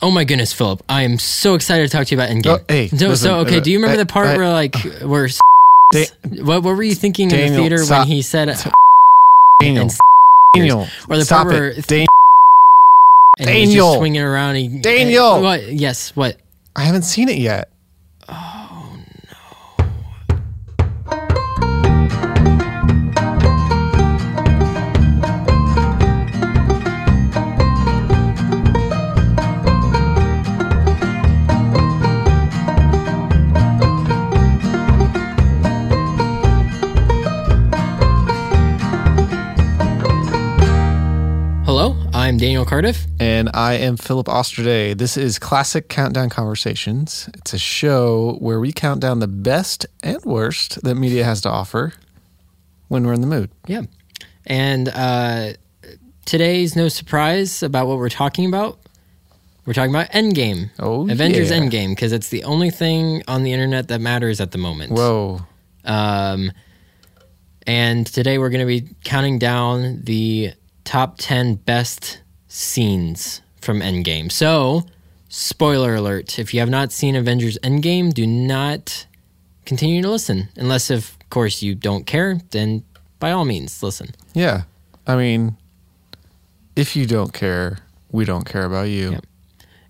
Oh my goodness, Philip! I am so excited to talk to you about Endgame. Oh, hey, no, listen, so okay. uh, do you remember I- the part I- where like where s- Da- what what were you thinking in the Daniel, theater stop. when he said Daniel, and s- Daniel, or the stop part where it, Daniel. and he was just Daniel. swinging around? And he, Daniel. and- what? Yes. What? I haven't seen it yet. Hello, I'm Daniel Cardiff. And I am Philip Osterday. This is Classic Countdown Conversations. It's a show where we count down the best and worst that media has to offer when we're in the mood. Yeah, and uh, today's no surprise about what we're talking about. We're talking about Endgame. Oh, Avengers yeah. Endgame because it's the only thing on the internet that matters at the moment. Whoa. Um, and today we're going to be counting down the top 10 best scenes from Endgame. So, spoiler alert if you have not seen Avengers Endgame, do not continue to listen. Unless, of course, you don't care, then by all means, listen. Yeah. I mean, if you don't care, we don't care about you.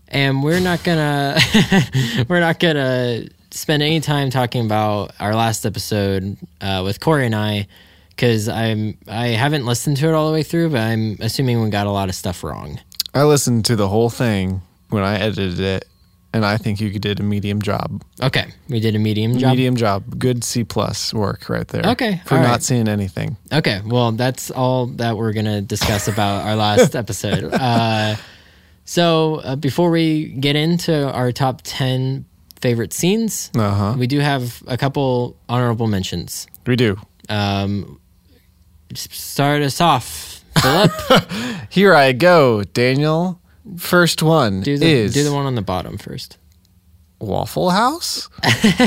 and we're not gonna we're not gonna spend any time talking about our last episode uh, with Corey and I because I'm I haven't listened to it all the way through, but I'm assuming we got a lot of stuff wrong. I listened to the whole thing when I edited it, and I think you did a medium job. Okay, we did a medium job. Medium job. Good C plus work right there. Okay, For all not right. seeing anything. Okay, well that's all that we're gonna discuss about our last episode. Uh, so uh, before we get into our top ten favorite scenes, Uh-huh. we do have a couple honorable mentions. We do. Um, just start us off, Philip. Here I go, Daniel. First one do the is do the one on the bottom first. Waffle House,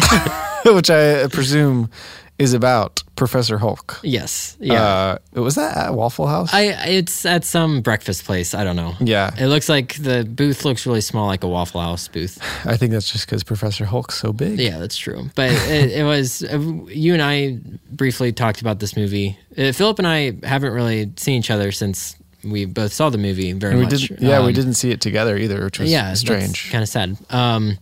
which I presume is about Professor Hulk. Yes. Yeah. Uh, was that at Waffle House? I it's at some breakfast place. I don't know. yeah, It looks like the booth looks really small, like a Waffle House booth. I think that's just because Professor Hulk's so big. Yeah, that's true. But it, it was uh, you and I briefly talked about this movie. Uh, Philip and I haven't really seen each other since we both saw the movie. Very And we much. didn't. Yeah, we Um, didn't see it together either, which was strange. Kind of sad. Um,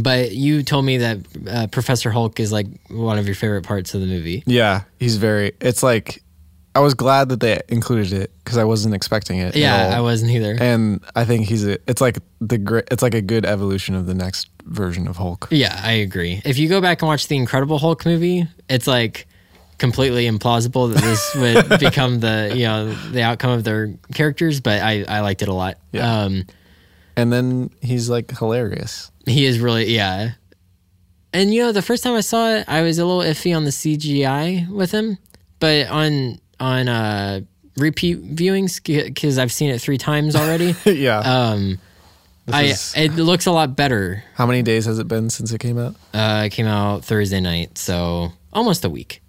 but you told me that uh, Professor Hulk is like one of your favorite parts of the movie. Yeah, he's very. It's like I was glad that they included it because I wasn't expecting it. at Yeah, all. I wasn't either. And I think he's. A, it's like the. gre- It's like a good evolution of the next version of Hulk. yeah, I agree. If you go back and watch the Incredible Hulk movie, it's like completely implausible that this would become the you know the outcome of their characters. But I I liked it a lot. Yeah. Um, And then he's like hilarious. he is really yeah. And you know, the first time I saw it, I was a little iffy on the CGI with him, but on on uh, repeat viewings because I've seen it three times already. yeah. um, This I is- it looks a lot better. how many days has it been since it came out? Uh, it came out Thursday night, so almost a week,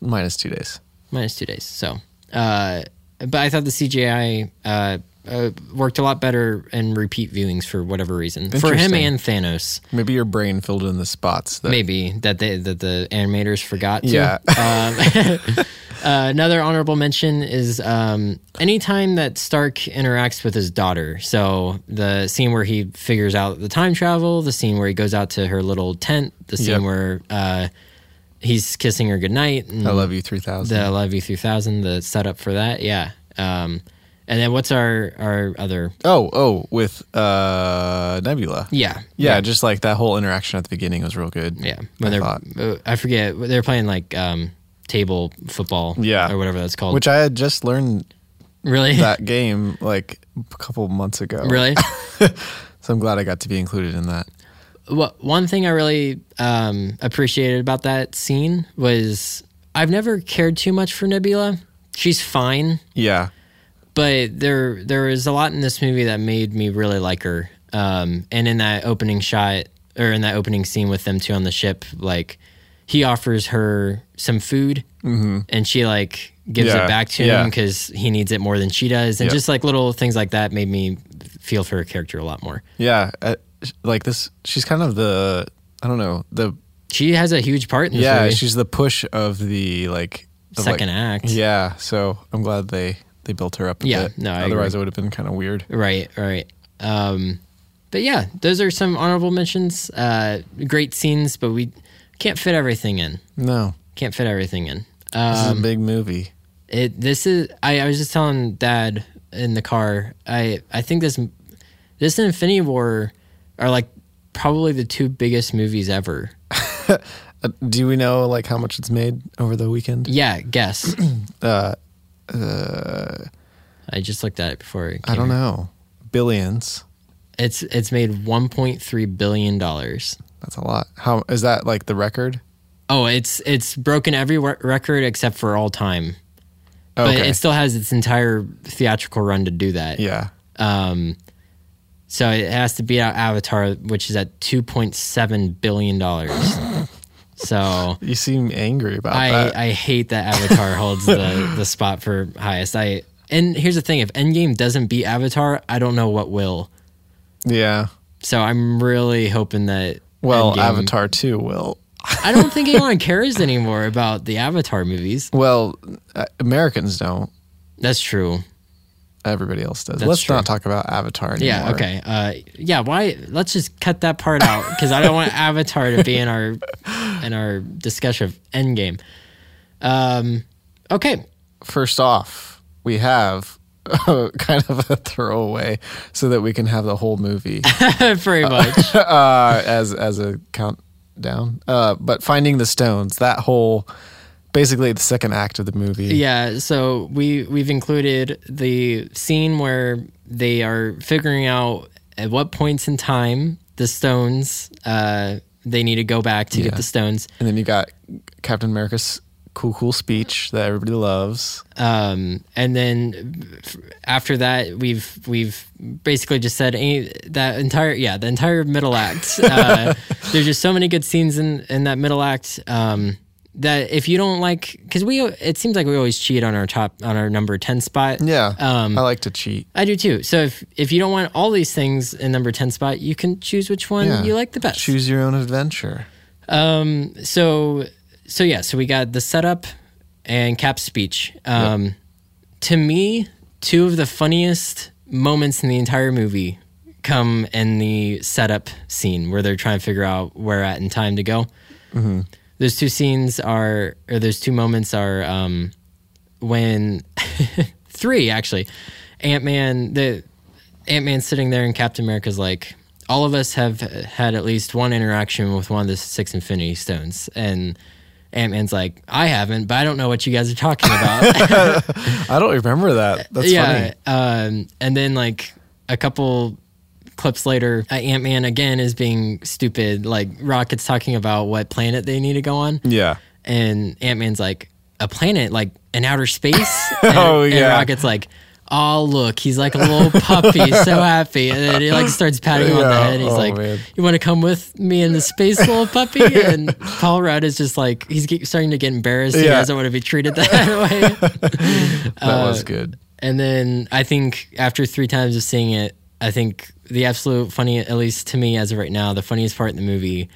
Minus two days. minus two days. So, uh, but I thought the CGI uh, uh, worked a lot better in repeat viewings for whatever reason for him Interesting. and Thanos. Maybe your brain filled in the spots. That, maybe that they that the animators forgot to. Yeah. Um, uh, another honorable mention is um, anytime that Stark interacts with his daughter. So the scene where he figures out the time travel, the scene where he goes out to her little tent, the scene Yep. where uh, he's kissing her goodnight. And I love you three thousand. the I love you three thousand. The setup for that, yeah. Um, and then what's our our other? oh, oh, with uh, Nebula. Yeah, Yeah, just like that whole interaction at the beginning was real good. Yeah, when I they're thought. uh, I forget they're playing like um, table football, Yeah. or whatever that's called. Which I had just learned really, that game like a couple months ago. really. So I'm glad I got to be included in that. What one thing I really um, appreciated about that scene was I've never cared too much for Nebula. She's fine, Yeah. but there there is a lot in this movie that made me really like her. Um, and in that opening shot or in that opening scene with them two on the ship, like he offers her some food, and she like gives Mm-hmm. Yeah, it back to yeah. him because he needs it more than she does, and Yeah. just like little things like that made me feel for her character a lot more. Yeah, uh, sh- like this, she's kind of the I don't know the She has a huge part in this yeah movie. she's the push of the like of, like- Second act. Yeah, so I'm glad they they built her up. A Yeah, bit. no, I otherwise it would have been kind of weird. Right, right. Um, but yeah, those are some honorable mentions. Uh, great scenes, but we can't fit everything in. No, Can't fit everything in. this Um, is a big movie. it this is I, I was just telling dad in the car i i think this this and infinity war are like probably the two biggest movies ever Uh, do we know like how much it's made over the weekend? yeah guess Uh, i just looked at it before it I came don't here. know. Billions. it's it's made 1.3 billion dollars That's a lot. How is that like the record? oh it's it's broken every re- record except for all time but Okay. it still has its entire theatrical run to do that yeah. um so it has to beat out avatar which is at 2.7 billion dollars so You seem angry about I, that. I hate that Avatar holds the, the spot for highest. I and here's the thing: if Endgame doesn't beat Avatar, I don't know what will. yeah. So I'm really hoping that. Well, Endgame- Avatar 2 will. I don't think anyone cares anymore about the Avatar movies. Well, uh, Americans don't. That's true. Everybody else does. That's Let's true. not talk about Avatar anymore. Yeah. Okay. Uh, yeah. Why? Let's just cut that part out because I don't want Avatar to be in our in our discussion of Endgame. Um. Okay. First off, we have uh, kind of a throwaway so that we can have the whole movie Pretty much. uh, as as a countdown. Uh, but finding the stones, that whole basically the second act of the movie. Yeah, so we we've included the scene where they are figuring out at what points in time the stones uh, they need to go back to Yeah. get the stones. And then you got Captain America's cool cool speech that everybody loves. Um, and then f- after that, we've we've basically just said any, that entire yeah the entire middle act. Uh, there's just so many good scenes in in that middle act. Um, that if you don't like, because we it seems like we always cheat on our top on our number ten spot. Yeah. Um, I like to cheat. I do too. So if if you don't want all these things in number ten spot, you can choose which one Yeah. you like the best. Choose your own adventure. Um. So so yeah. So we got the setup and Cap's speech. Um, to me, two of the funniest moments in the entire movie come in the setup scene where they're trying to figure out where at in time to go. Those two scenes are, or those two moments are, um, when three actually, Ant Man the Ant Man's sitting there and Captain America's like, all of us have had at least one interaction with one of the six Infinity Stones, and Ant Man's like, I haven't, but I don't know what you guys are talking about. I don't remember that. That's funny. Um, and then like a couple clips later, uh, Ant Man again is being stupid. Like Rocket's talking about what planet they need to go on, Yeah. and Ant Man's like, a planet like in outer space. And, Oh, and yeah. Rocket's like. Oh look, he's like a little puppy, so happy, and then he like starts patting him on the Yeah. head. He's Oh, like, man. "You want to come with me in the space, little puppy?" And Paul Rudd is just like, he's get, starting to get embarrassed. He Yeah. doesn't want to be treated that way. That Uh, was good. And then I think after three times of seeing it, I think the absolute funny, at least to me as of right now, the funniest part in the movie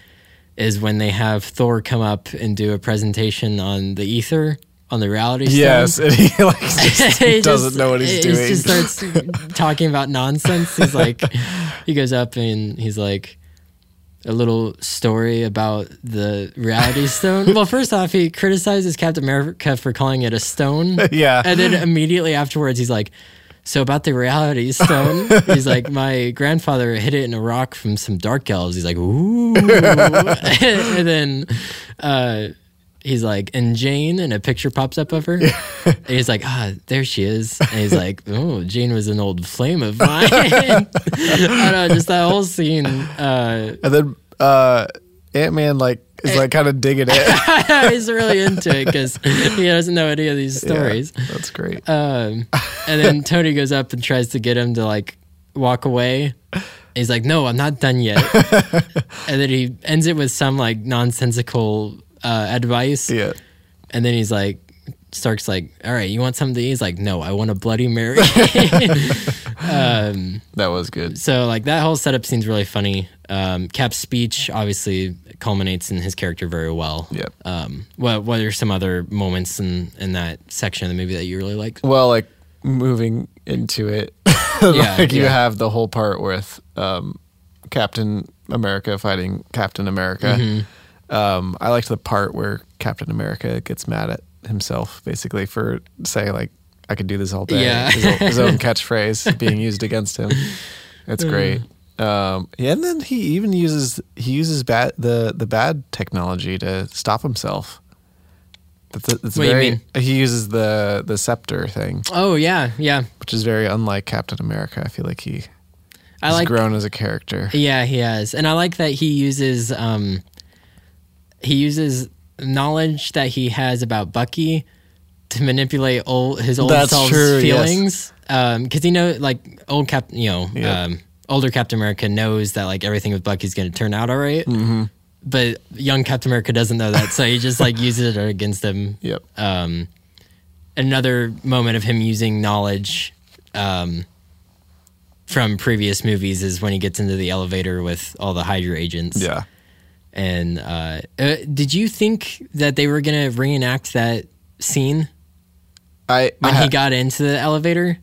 is when they have Thor come up and do a presentation on the ether on the reality stone. Yes, and he like just, He he just- doesn't know what he's he doing. just starts talking about nonsense. He's like, he goes up and he's like, a little story about the reality stone. well, first off, he criticizes Captain America for calling it a stone. yeah. And then immediately afterwards, he's like, "So about the reality stone?" he's like, "My grandfather hid it in a rock from some dark elves." He's like, "Ooh," and then uh, he's like, "And Jane," and a picture pops up of her. and he's like, "Ah, there she is." And he's like, "Oh, Jane was an old flame of mine." I don't know, just that whole scene. Uh, and then uh Ant Man like is like kind of digging it. he's really into it because he doesn't know any of these stories. Yeah, that's great. Um, and then Tony goes up and tries to get him to like walk away. He's like, "No, I'm not done yet." and then he ends it with some like nonsensical uh, advice. yeah. And then he's like, Stark's like, "All right, you want something?" to eat?" He's like, "No, I want a Bloody Mary." That was good. so like that whole setup scene's really funny. Um, Cap's speech obviously culminates in his character very well. Yep. Um, what What are some other moments in in that section of the movie that you really liked? Well, like moving into it, Yeah, like you yeah. have the whole part with um, Captain America fighting Captain America. Mm-hmm. Um, I liked the part where Captain America gets mad at himself basically for saying like I could do this all day. Yeah. his, o- his own catchphrase being used against him. It's great. Um, yeah, and then he even uses he uses bad the the bad technology to stop himself. That's, a, that's What do you very. mean? He uses the the scepter thing Oh yeah, yeah. which is very unlike Captain America. I feel like he I has like grown as a character. Yeah, he has, and I like that he uses um, he uses knowledge that he has about Bucky to manipulate old his old That's self's true, yes. feelings. Because he know like old Cap, you know, Yeah. um, older Captain America knows that like everything with Bucky's going to turn out all right. Mm-hmm. But young Captain America doesn't know that, so he just like uses it against him. Yep. Um, another moment of him using knowledge um, from previous movies is when he gets into the elevator with all the Hydra agents. yeah. And uh, uh, did you think that they were gonna reenact that scene I I, when ha- he got into the elevator?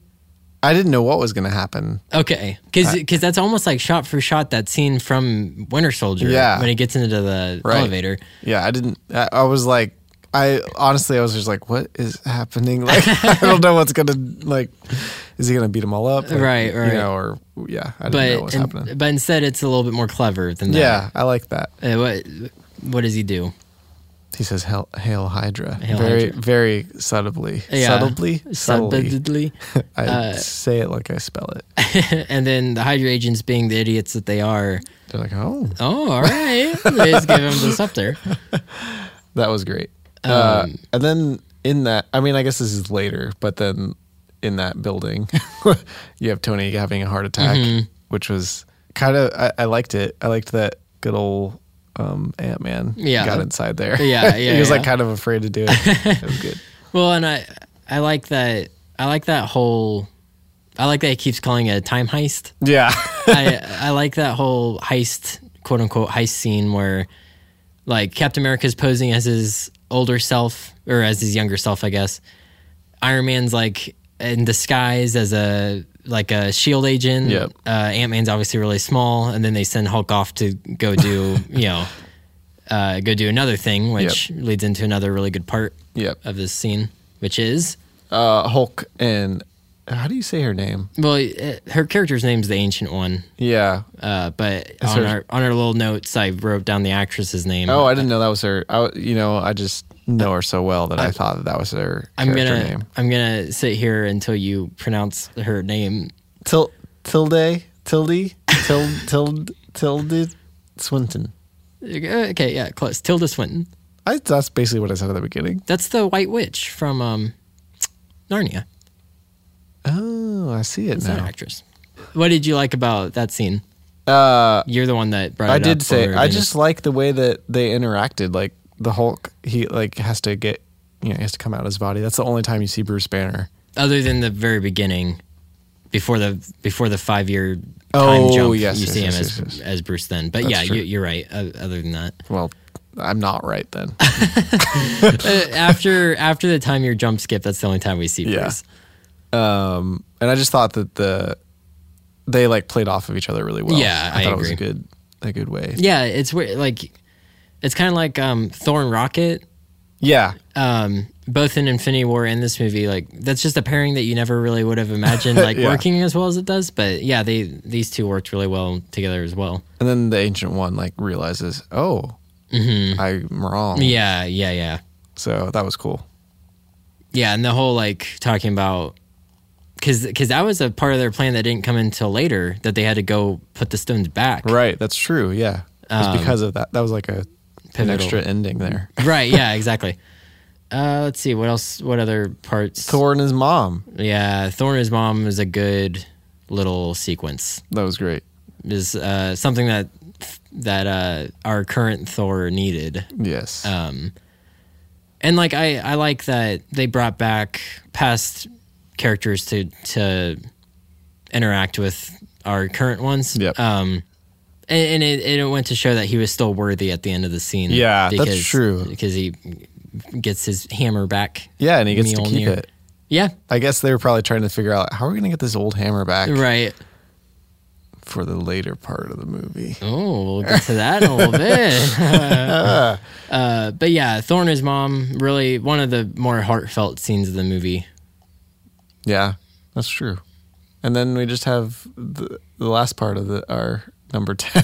I didn't know what was going to happen. Okay, because Uh, that's almost like shot for shot that scene from Winter Soldier. Yeah. when he gets into the Right. elevator. Yeah, I didn't. I, I was like, I honestly, I was just like, what is happening? Like, I don't know what's gonna like. Is he gonna beat them all up? Like, Right, right. You know, or yeah, I didn't know what But was in- happening. but instead, it's a little bit more clever than that. Yeah, I like that. Yeah. what what does he do? He says, "Hail, Hail Hydra!" Hail very, Hydra. very subtly, Yeah. subtly, subtly. Subtly. Uh, I say it like I spell it. and then the Hydra agents, being the idiots that they are, They're like, "Oh, oh, all right, they just give him the scepter. That was great. uh, Um, and then in that, I mean, I guess this is later, but then in that building, you have Tony having a heart attack, Mm-hmm. which was kind of, I, I liked it. I liked that good old um, Ant Man Yeah. got inside there. Yeah, yeah, he was like yeah. kind of afraid to do it. It was good. Well, and I, I like that. I like that whole. I like that he keeps calling it a time heist. Yeah. I, I like that whole heist, quote unquote, heist scene where, like, Captain America's posing as his older self or as his younger self, I guess. Iron Man's like in disguise as a like a shield E agent. Yep. Uh, Ant Man's obviously really small, and then they send Hulk off to go do you know, uh, go do another thing, which leads into another really good part yep. of this scene, which is Uh, Hulk and how do you say her name? well, uh, her character's name's the Ancient One, Yeah. Uh, but on her- our on our little notes, I wrote down the actress's name. Oh, I didn't know that was her. I, you know, I just know her so well that I, thought that, that was her I'm character gonna name. I'm gonna sit here until you pronounce her name. Til tilde tilde tilde tilde tilde Swinton. Uh, Okay, yeah, close. Tilda Swinton. I, that's basically what I said at the beginning. That's the White Witch from um, Narnia. Oh, I see it It's that now. actress. What did you like about that scene? Uh, You're the one that brought. I it did up say over I Venus. just like the way that they interacted. Like the Hulk, he like has to get you know he has to come out of his body. That's the only time you see Bruce Banner. other than the very beginning, before the before the five year time Oh, jump, yes, you yes, see yes, him yes, as as Bruce then. But That's yeah, true. you, you're right. O- Other than that. Well, I'm not right then. Uh, after after the time your jump skip, that's the only time we see Yeah. Bruce. um, and I just thought that the they like played off of each other really well. Yeah, I I thought it was a agree. good a good way. Yeah, it's weird. Like, it's kind of like um, Thor and Rocket, Yeah, um, both in Infinity War and this movie. Like, that's just a pairing that you never really would have imagined like Yeah. working as well as it does. But yeah, they these two worked really well together as well. And then the ancient one like realizes, oh, I'm wrong. Mm-hmm. Yeah, yeah, yeah, So that was cool. yeah. And the whole like talking about. Because that was a part of their plan that didn't come until later that they had to go put the stones back. Right. That's true. Yeah. It's because of that. That was like a an Um, Pivotal. extra ending there. Right, yeah, exactly. Uh, let's see what else. What other parts? Thor and his mom. Yeah, Thor and his mom is a good little sequence. That was great. Is uh, something that that uh, our current Thor needed. Yes. Um, and like I, I like that they brought back past characters to to interact with our current ones. Yep. Um, and, and it, and it went to show that he was still worthy at the end of the scene. Yeah, that's true. Because he gets his hammer back. Yeah, and he gets to keep Mjolnir. it. Yeah. I guess they were probably trying to figure out how are we going to get this old hammer back Right. for the later part of the movie. Oh, we'll get to that in a little bit. uh, but yeah, Thorn his mom really one of the more heartfelt scenes of the movie. Yeah, that's true. And then we just have the, the last part of the, our number ten.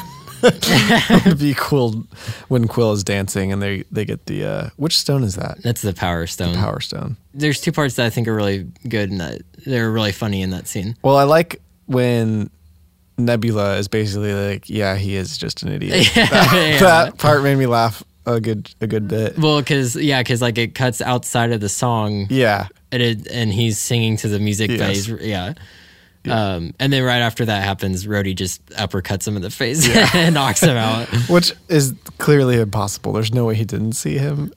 would be Quill when Quill is dancing and they they get the uh, which stone is that That's the Power Stone. power stone. There's two parts that I think are really good and that they're really funny in that scene. Well, I like when Nebula is basically like, yeah, he is just an idiot. Yeah. That part made me laugh a good a good bit. Well, because yeah, because like it cuts outside of the song Yeah, and it, and he's singing to the music, but Yes. he's yeah. Um, and then right after that happens, Rhodey just uppercuts him in the face and knocks him out. which is clearly impossible. There's no way he didn't see him.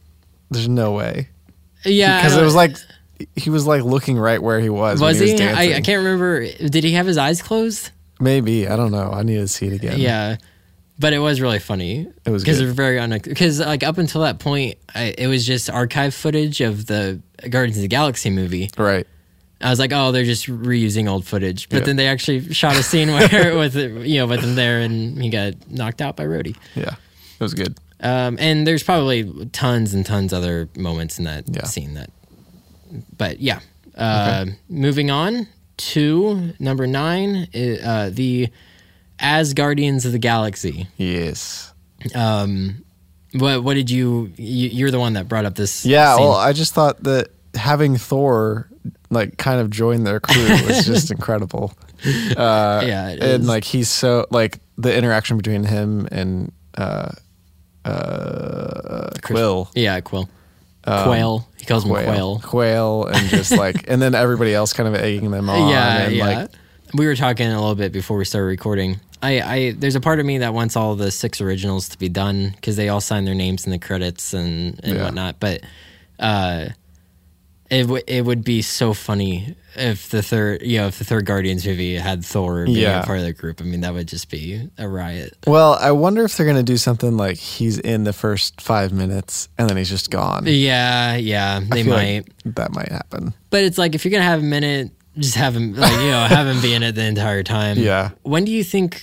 There's no way Yeah, I because it don't- was like he was like looking right where he was. when was he? he? was dancing. I, I can't remember. Did he have his eyes closed? Maybe I don't know. I need to see it again. Yeah, but it was really funny. It was because good. it's very because like up until that point, I, it was just archive footage of the Guardians of the Galaxy movie. Right. I was like, oh, they're just reusing old footage. But Yeah. then they actually shot a scene where with you know with him there, and he got knocked out by Rhodey. Yeah. It was good. Um, and there's probably tons and tons other moments in that Yeah. scene that. But yeah, uh, moving on to number nine, i- uh, the As Guardians of the Galaxy. Yes. Um, what what did you, you? You're the one that brought up this. Yeah. scene. Well, I just thought that having Thor like kind of join their crew was just incredible. Uh, Yeah, it and is. like he's so like the interaction between him and uh, uh, Quill. yeah, Quill. Quail. He calls him Quail. um, Quail, and just like, and then everybody else kind of egging them on. yeah, and yeah. Like, we were talking a little bit before we started recording. I, I there's a part of me that wants all the six originals to be done because they all sign their names in the credits and, and Yeah. whatnot. But uh, it w- it would be so funny if the third you know if the third Guardians movie had Thor being Yeah. a part of the group. I mean that would just be a riot. well, I wonder if they're gonna do something like he's in the first five minutes and then he's just gone. Yeah, yeah, they I feel might. like that might happen. But it's like if you're gonna have him in it, just have him like you know have him be in it the entire time. Yeah. When do you think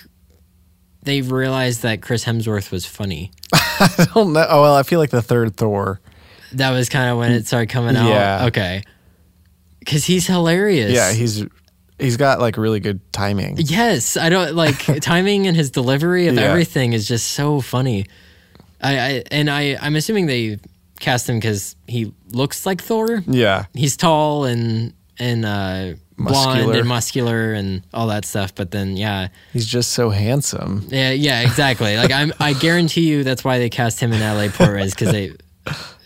they realized that Chris Hemsworth was funny? I don't know. Oh well, I feel like the third Thor. That was kind of when it started coming out. Yeah. Okay. Because he's hilarious. Yeah, he's he's got like really good timing. yes, I don't like timing and his delivery of Yeah. everything is just so funny. I, I and I I'm assuming they cast him because he looks like Thor. Yeah, he's tall and and uh, blonde Muscular. and muscular and all that stuff. But then, yeah, he's just so handsome. yeah, yeah, exactly. like I'm, I guarantee you, that's why they cast him in L.A. Perez because they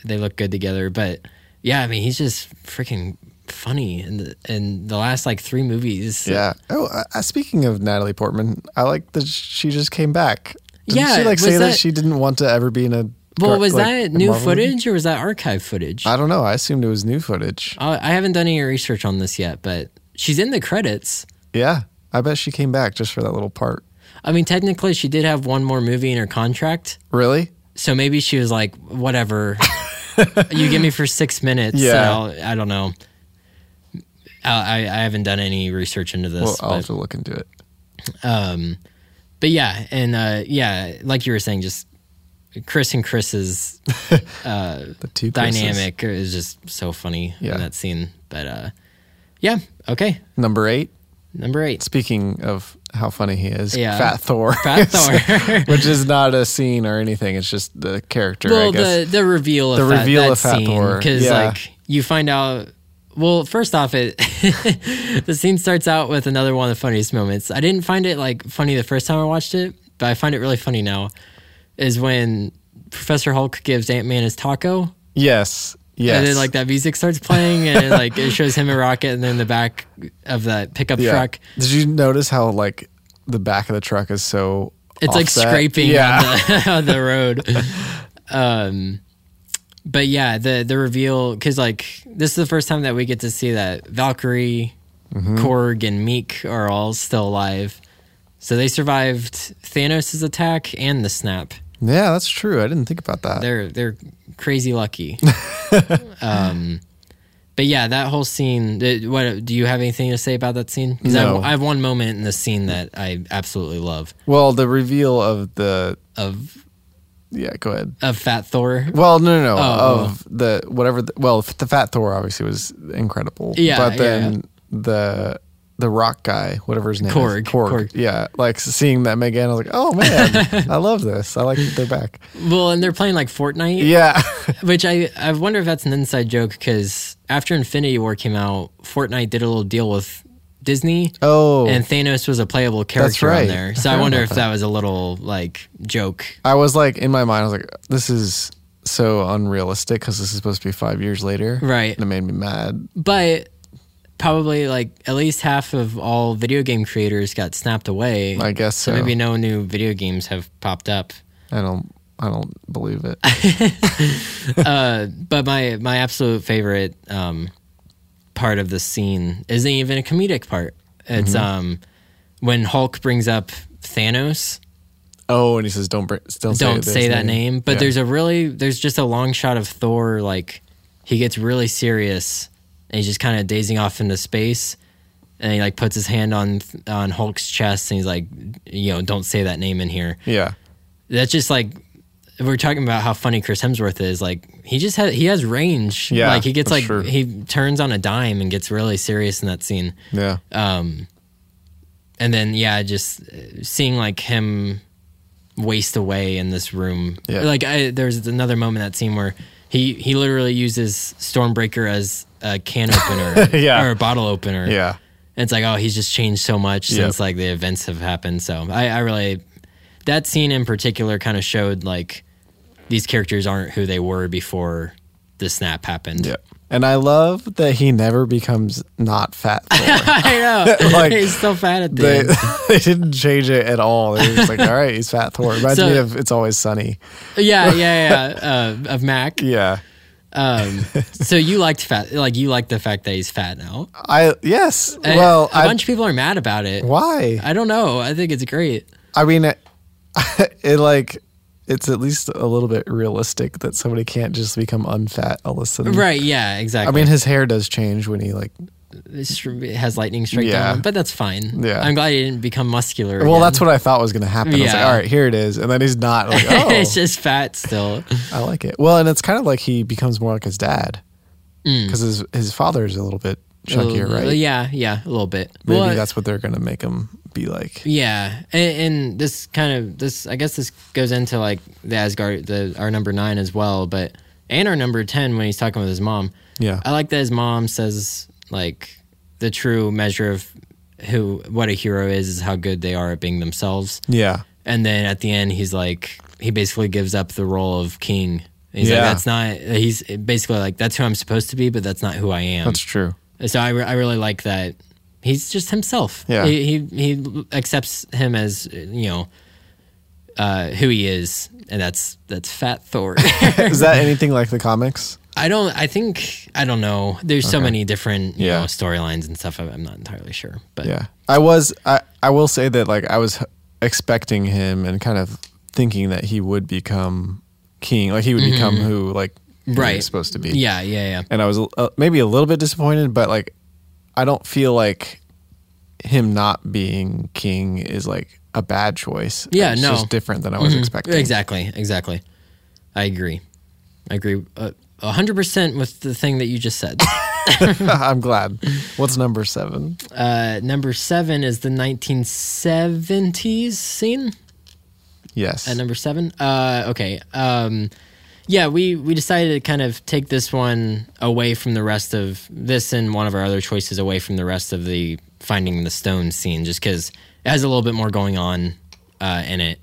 they look good together. But yeah, I mean, he's just freaking funny in the in the last like three movies. Yeah. Oh, uh, uh, speaking of Natalie Portman, I like that she just came back. Didn't Yeah, she like was say that, that- she didn't want to ever be in a. Well, gar- was like, a that new Marvel movie? footage or was that archive footage? I, I don't know. I assumed it was new footage. I haven't done any research on this yet, but she's in the credits. Yeah, I bet she came back just for that little part. I mean, technically, she did have one more movie in her contract. Really? So maybe she was like, whatever. you give me for six minutes. Yeah. Yeah. I don't know. I, I I haven't done any research into Well, this. I'll have but, to look into it. um, but yeah. And uh, yeah, like you were saying, just Chris and Chris's The two Chris's. dynamic is just so funny Yeah. in that scene. But uh, yeah. Okay. Number eight. Number eight. Speaking of how funny he is, Yeah. Fat Thor. Fat Thor. which is not a scene or anything. It's just the character. I well, guess. the, the reveal of The that, reveal that of Fat Thor, Because, yeah. like, you find out. Well, first off, it the scene starts out with another one of the funniest moments. I didn't find it like funny the first time I watched it, but I find it really funny now. Is when Professor Hulk gives Ant Man his taco, Yes. Yes. and then like that music starts playing, and it, like it shows him and Rocket, and then the back of that pickup Yeah. truck. Did you notice how like the back of the truck is so It's like offset? scraping Yeah. on, the, on the road. Um, but yeah, the the reveal because like this is the first time that we get to see that Valkyrie, Mm-hmm. Korg, and Meek are all still alive. So they survived Thanos' attack and the snap. Yeah, that's true. I didn't think about that. They're they're crazy lucky. um, but yeah, that whole scene. uh, What do you have anything to say about that scene? 'Cause I- No. I, have one moment in this scene that I absolutely love Well, the reveal of the of yeah, go ahead. of Fat Thor. Well, no, no, no. Oh. Of the whatever. The, well, the Fat Thor obviously was incredible. Yeah, but yeah, then yeah. the the rock guy, whatever his name Korg, is, Korg. Korg. Yeah, like seeing them again, I was like, oh man, I love this. I like that they're back. Well, and they're playing like Fortnite. Yeah, Which I, I wonder if that's an inside joke because after Infinity War came out, Fortnite did a little deal with Disney, Oh. and Thanos was a playable character on right. there. I So I forgot wonder about if that was a little like joke. I was like in my mind, I was like, this is so unrealistic because this is supposed to be five years later. Right. and it made me mad. But probably like at least half of all video game creators got snapped away. I guess so. so maybe no new video games have popped up. I don't. I don't believe it. uh, but my my absolute favorite um, part of the scene isn't even a comedic part. It's Mm-hmm. um, when Hulk brings up Thanos. Oh, and he says, "Don't br- don't say Don't this say that name. But Yeah. there's a really there's just a long shot of Thor like he gets really serious and he's just kind of dazing off into space. And he like puts his hand on on Hulk's chest and he's like, you know, don't say that name in here. yeah, that's just like if we're talking about how funny Chris Hemsworth is. Like he just has he has range. Yeah, like he gets that's like true. he turns on a dime and gets really serious in that scene. yeah. Um, and then yeah, just uh, seeing like him waste away in this room. Yeah. Like I, there's another moment in that scene where he he literally uses Stormbreaker as a can opener Yeah. or a bottle opener. Yeah. And it's like, oh, he's just changed so much Yep. since like the events have happened. So I, I really that scene in particular kind of showed like these characters aren't who they were before the snap happened. Yep. And I love that he never becomes not fat. Thor. I know. Like, he's so fat at the they, end. they didn't change it at all. They're just like, all right, he's fat Thor. Reminds So- me of It's Always Sunny. Yeah, yeah, yeah. Uh, of Mac. Yeah. Um, so you liked fat, like you liked the fact that he's fat now. I yes. And Uh, well, Eh, a I bunch of people are mad about it. why? I don't know. I think it's great. I mean, it, it like it's at least a little bit realistic that somebody can't just become unfat all of a sudden. Right? Yeah. I Exactly. mean, his hair does change when he like. it has lightning strike Yeah. down, but that's fine. Yeah. I'm glad he didn't become muscular. Well, again. that's what I thought was going to happen. I was like, Yeah. all right, here it is, and then he's not. Like, oh, it's just fat still. I like it. Well, and it's kind of like he becomes more like his dad because his his father's a little bit chunkier, right? Mm. Oh, Yeah, yeah, a little bit. Maybe Well, that's what they're gonna make him be like. yeah, and, and this kind of this, I guess this goes into like the Asgard, the our number nine as well, but and our number ten when he's talking with his mom. Yeah, I like that his mom says like the true measure of who what a hero is is how good they are at being themselves. yeah, And then at the end, he's like, he basically gives up the role of king. He's like, Yeah. that's not. He's basically like, that's who I'm supposed to be, but that's not who I am. that's true. So I, re- I really like that he's just himself. Yeah. He, he he accepts him as you know uh, who he is, and that's that's Fat Thor. Is that anything like the comics? I don't. I think I don't know. There's so many different you Yeah. know storylines and stuff. I'm I'm not entirely sure, but Yeah, I was. I I will say that like I was h- expecting him and kind of thinking that he would become king, like he would become who like he was Mm-hmm. Right. supposed to be. yeah, yeah, yeah. and I was uh, maybe a little bit disappointed, but like I don't feel like him not being king is like a bad choice. Yeah, it's no. Mm-hmm. just different than I was expecting. Exactly, exactly. I agree. I agree uh, 100% with the thing that you just said. I'm glad. What's number seven? uh, number seven is the 1970s scene. Yes, At number seven? Uh, okay. Um, yeah, we, we decided to kind of take this one away from the rest of this and one of our other choices away from the rest of the Finding the Stone scene just because it has a little bit more going on uh, in it.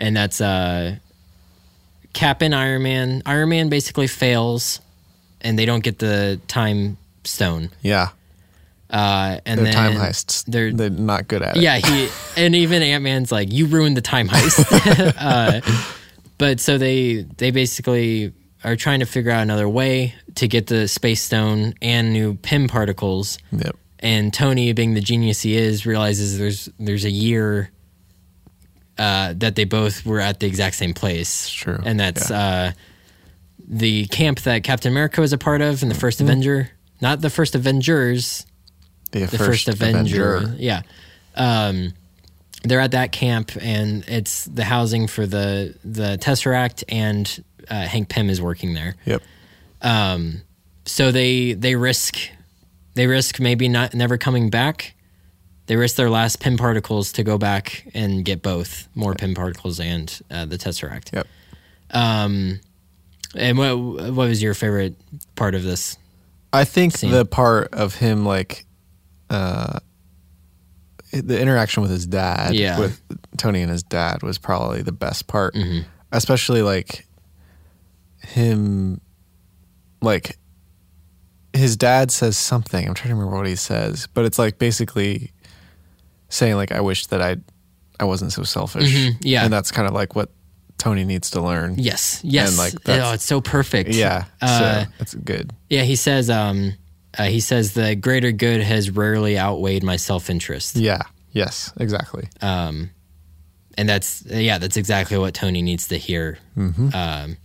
And that's uh, Cap and Iron Man. Iron Man basically fails and they don't get the time stone. yeah, Uh, and they're then time heists. they're- They're they're not good at it. yeah, he and even Ant Man's like, you ruined the time heist. uh, but so they they basically are trying to figure out another way to get the space stone and new Pym particles. Yep. And Tony, being the genius he is, realizes there's there's a year uh, that they both were at the exact same place. true. And that's uh, the camp that Captain America was a part of in the first Avenger. Not the first Avengers, The, the first, Avenger. Yeah. Um, they're at that camp, and it's the housing for the the Tesseract, and uh, Hank Pym is working there. Yep. So they they risk they risk maybe not never coming back. They risk their last Pym particles to go back and get both more Pym particles and uh, the Tesseract. Um, Yep. And what what was your favorite part of this? I think Scene. the part of him like uh the interaction with his dad Yeah. with Tony and his dad was probably the best part. Mm-hmm. Especially like him like his dad says something. I'm trying to remember what he says, but it's like basically saying like I wish that I I wasn't so selfish. Mhm, yeah. And that's kind of like what Tony needs to learn. Yes, yes. And, like, oh, that's- it's so perfect. Yeah. Uh, so that's good. Yeah, he says. Um, uh, he says the greater good has rarely outweighed my self interest, Yeah. Yes, exactly. uh, and that's yeah, that's exactly what Tony needs to hear. Um,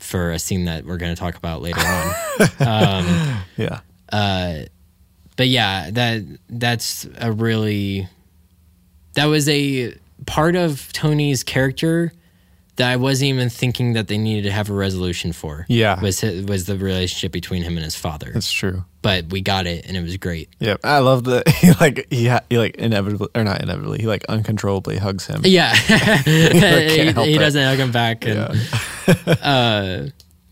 for a scene that we're going to talk about later on. yeah. but yeah, that that's a really that was a part of Tony's character that I wasn't even thinking that they needed to have a resolution for. Yeah. was hi- was the relationship between him and his father. That's true. But we got it, and it was great. Yep. I love that he like he, ha- he like inevitably or not inevitably he like uncontrollably hugs him. Yeah, he, help he it. doesn't hug him back. And, uh,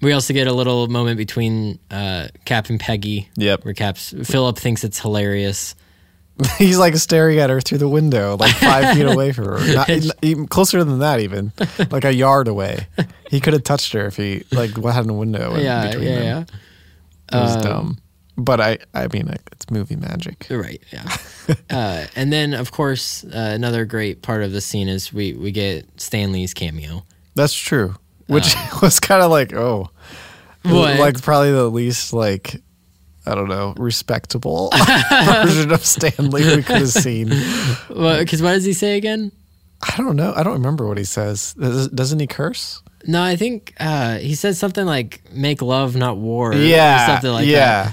we also get a little moment between uh, Cap and Peggy. Yep. where Cap's Philip thinks it's hilarious. He's like staring at her through the window, like five feet away from her, not, even closer than that, even like a yard away. He could have touched her if he like had a window. in Yeah, between yeah, them. yeah. It was dumb, but I I mean like, it's movie magic. You're Right. Yeah. uh, and then, of course, uh, another great part of the scene is we we get Stanley's cameo. That's true. Which was kind of like oh, What? like probably the least like. I don't know, respectable version of Stanley we could have seen. Because what does he say again? I don't know. I don't remember what he says. Does- Doesn't he curse? No, I think uh, he said something like "make love, not war." or something like that. yeah,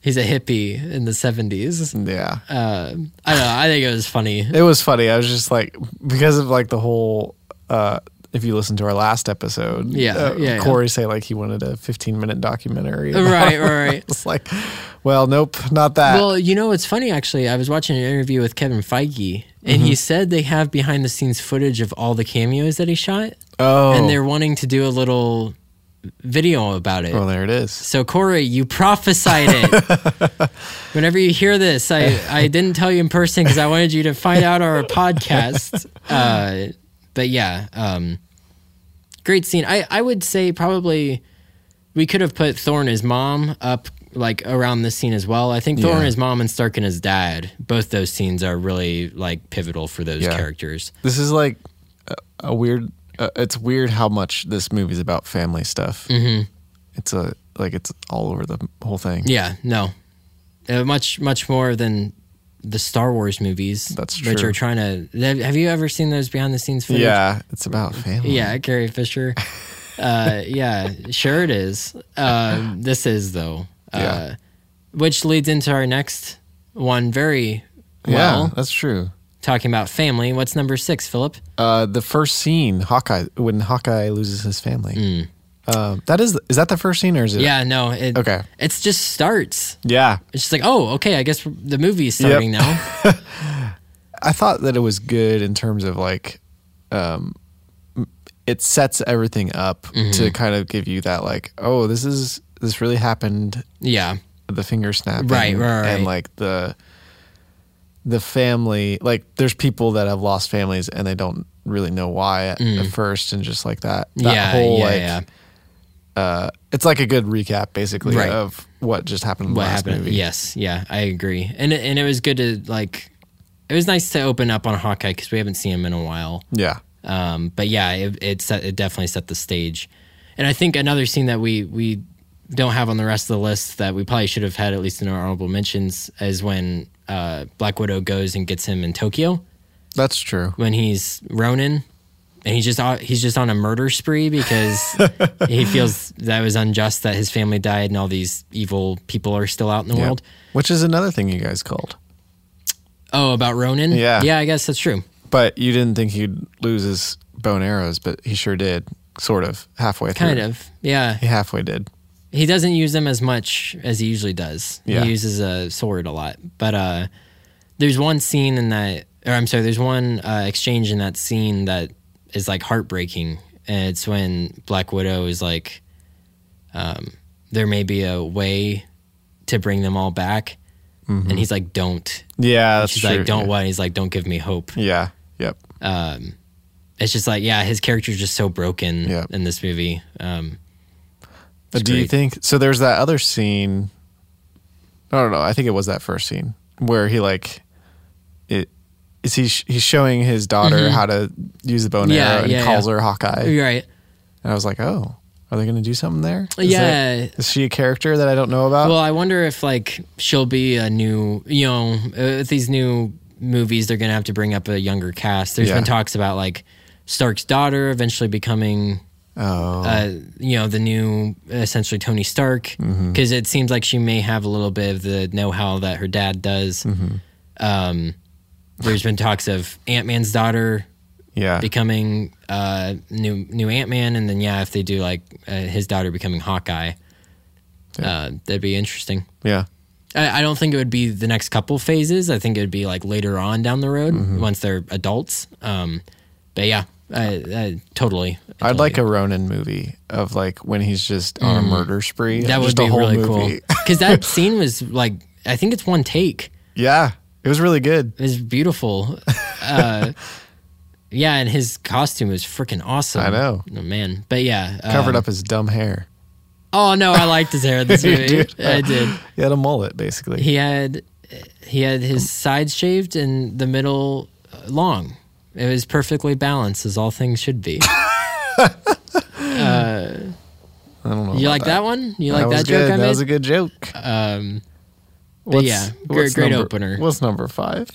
He's a hippie in the seventies. yeah. Uh, I don't know. I think it was funny. It was funny. I was just like because of like the whole. uh If you listen to our last episode, Yeah, yeah, uh, yeah. Corey say like he wanted a 15 minute documentary. about Right, it. right, right. It's like, well, nope, not that. Well, you know what's funny actually? I was watching an interview with Kevin Feige, and he said they have behind the scenes footage of all the cameos that he shot, oh, and they're wanting to do a little video about it. well, there it is. So Corey, you prophesied it. Whenever you hear this, I, I didn't tell you in person because I wanted you to find out our podcast. Uh, but yeah, um, great scene. I, I would say probably we could have put Thorn as mom up like around this scene as well. I think Thorn Yeah. as mom and Stark and his dad. Both those scenes are really like pivotal for those Yeah. characters. This is like a, a weird. Uh, it's weird how much this movie's about family stuff. Mm-hmm. It's a like it's all over the whole thing. Yeah, no, uh, much much more than the Star Wars movies. That's Which true. are trying to. Have, have you ever seen those behind the scenes footage? Yeah, it's about family. yeah, Carrie Fisher. Uh, yeah, sure it is. Uh, this is though. Uh, Yeah. Which leads into our next one very yeah, well. that's true. Talking about family. What's number six, Philip? Uh, the first scene, Hawkeye, when Hawkeye loses his family. Um, that is, is that the first scene or is it? Hmm. Yeah, no. It, Okay. It's just starts. Yeah. It's just like, oh, okay, I guess the movie is starting now. I thought that it was good in terms of like, um, it sets everything up Mm-hmm. to kind of give you that like, oh, this is this really happened. yeah. The finger snapping, Right, right, right. and like the the family. Like, there's people that have lost families and they don't really know why at, at first, and just like that. that Mm. yeah. whole, yeah. like, yeah. it's like a good recap basically Right. of what just happened in the what last happened. movie. Yes, yeah, I agree. And it- and it was good to like, it was nice to open up on Hawkeye because we haven't seen him in a while. Yeah. Um, but yeah, it it, set, it definitely set the stage. And I think another scene that we we don't have on the rest of the list that we probably should have had at least in our honorable mentions is when uh, Black Widow goes and gets him in Tokyo That's true. when he's Ronin, and he's just on, he's just on a murder spree because he feels that it was unjust that his family died and all these evil people are still out in the Yeah. world. Which is another thing you guys called. Oh, about Ronin? Yeah. yeah, I guess that's true. But you didn't think he'd lose his bow and arrows, but he sure did, sort of, halfway through. Kind of, yeah. He halfway did. he doesn't use them as much as he usually does. Yeah. He uses a sword a lot, but uh, there's one scene in that, or I'm sorry, there's one uh, exchange in that scene that is like heartbreaking, and it's when Black Widow is like, um, "There may be a way to bring them all back," and he's like, "Don't." Yeah, Mm-hmm. that's She's true. like, "Don't yeah. what?" He's like, "Don't give me hope." Yeah. Yep. Um, it's just like, yeah, his character's just so broken Yeah. in this movie. Um, Do you great. think so? There's that other scene. I don't know. I think it was that first scene where he like it. Is he? sh- He's showing his daughter how to use the bow and Mm-hmm. Yeah, arrow, and yeah, calls yeah. her Hawkeye. you're right. And I was like, oh, are they going to do something there? Is Yeah. that- is she a character that I don't know about? Well, I wonder if like she'll be a new, you know, uh, with these new movies, they're gonna have to bring up a younger cast. There's Yeah. been talks about like Stark's daughter eventually becoming, oh, uh, you know, the new essentially Tony Stark, Mm-hmm. because it seems like she may have a little bit of the know-how that her dad does. Mm-hmm. Um, there's been talks of Ant Man's daughter yeah. becoming uh, new new Ant Man, and then yeah, if they do like uh, his daughter becoming Hawkeye, uh, that'd be interesting. yeah. I, I don't think it would be the next couple phases. I think it would be like later on down the road Mm-hmm. once they're adults. Um, but yeah, I, I, totally. I'd like a Ronin movie of like when he's just on a murder spree. Mm. that would just be a whole really movie. cool because that scene was like I think it's one take. yeah, it was really good. It was beautiful. Uh, yeah, and his costume was freaking awesome. I know. oh, man. But yeah, Covered um, up his dumb hair. Oh no, I liked his hair in this You movie. did? Oh. I did. He had a mullet, basically. He had he had his sides shaved and the middle uh, long. It was perfectly balanced, as all things should be. I don't know. You about like that one? You like was that good. joke I That was a made? good joke. Um, but What's- yeah, gr- what's great number- opener. What's number five?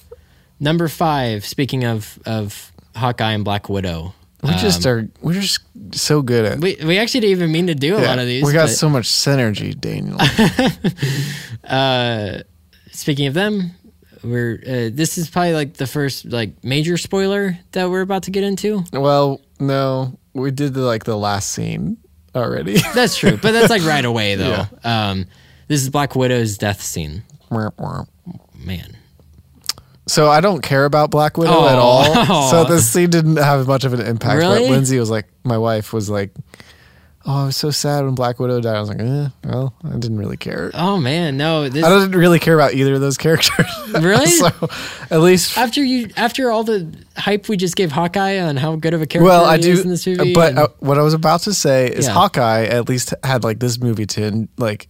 Number five. Speaking of of Hawkeye and Black Widow, We just are. We're just so good at. Um, we we actually didn't even mean to do a Yeah, lot of these. we got but so much synergy, Daniel. speaking of them, we're uh, this is probably like the first like major spoiler that we're about to get into. well, no, we did the, like the last scene already. That's true, but that's like right away though. Um, this is Black Widow's death scene. Man, so I don't care about Black Widow at Oh. all. So this scene didn't have much of an impact. Really? But Lindsay was like, my wife was like, "Oh, I was so sad when Black Widow died." I was like, eh, "Well, I didn't really care." oh man, no, this I didn't really care about either of those characters. Really? so, at least after you after all the hype we just gave Hawkeye on how good of a character well, he I do. is in this movie, but and- uh, what I was about to say is Yeah. Hawkeye at least had like this movie to like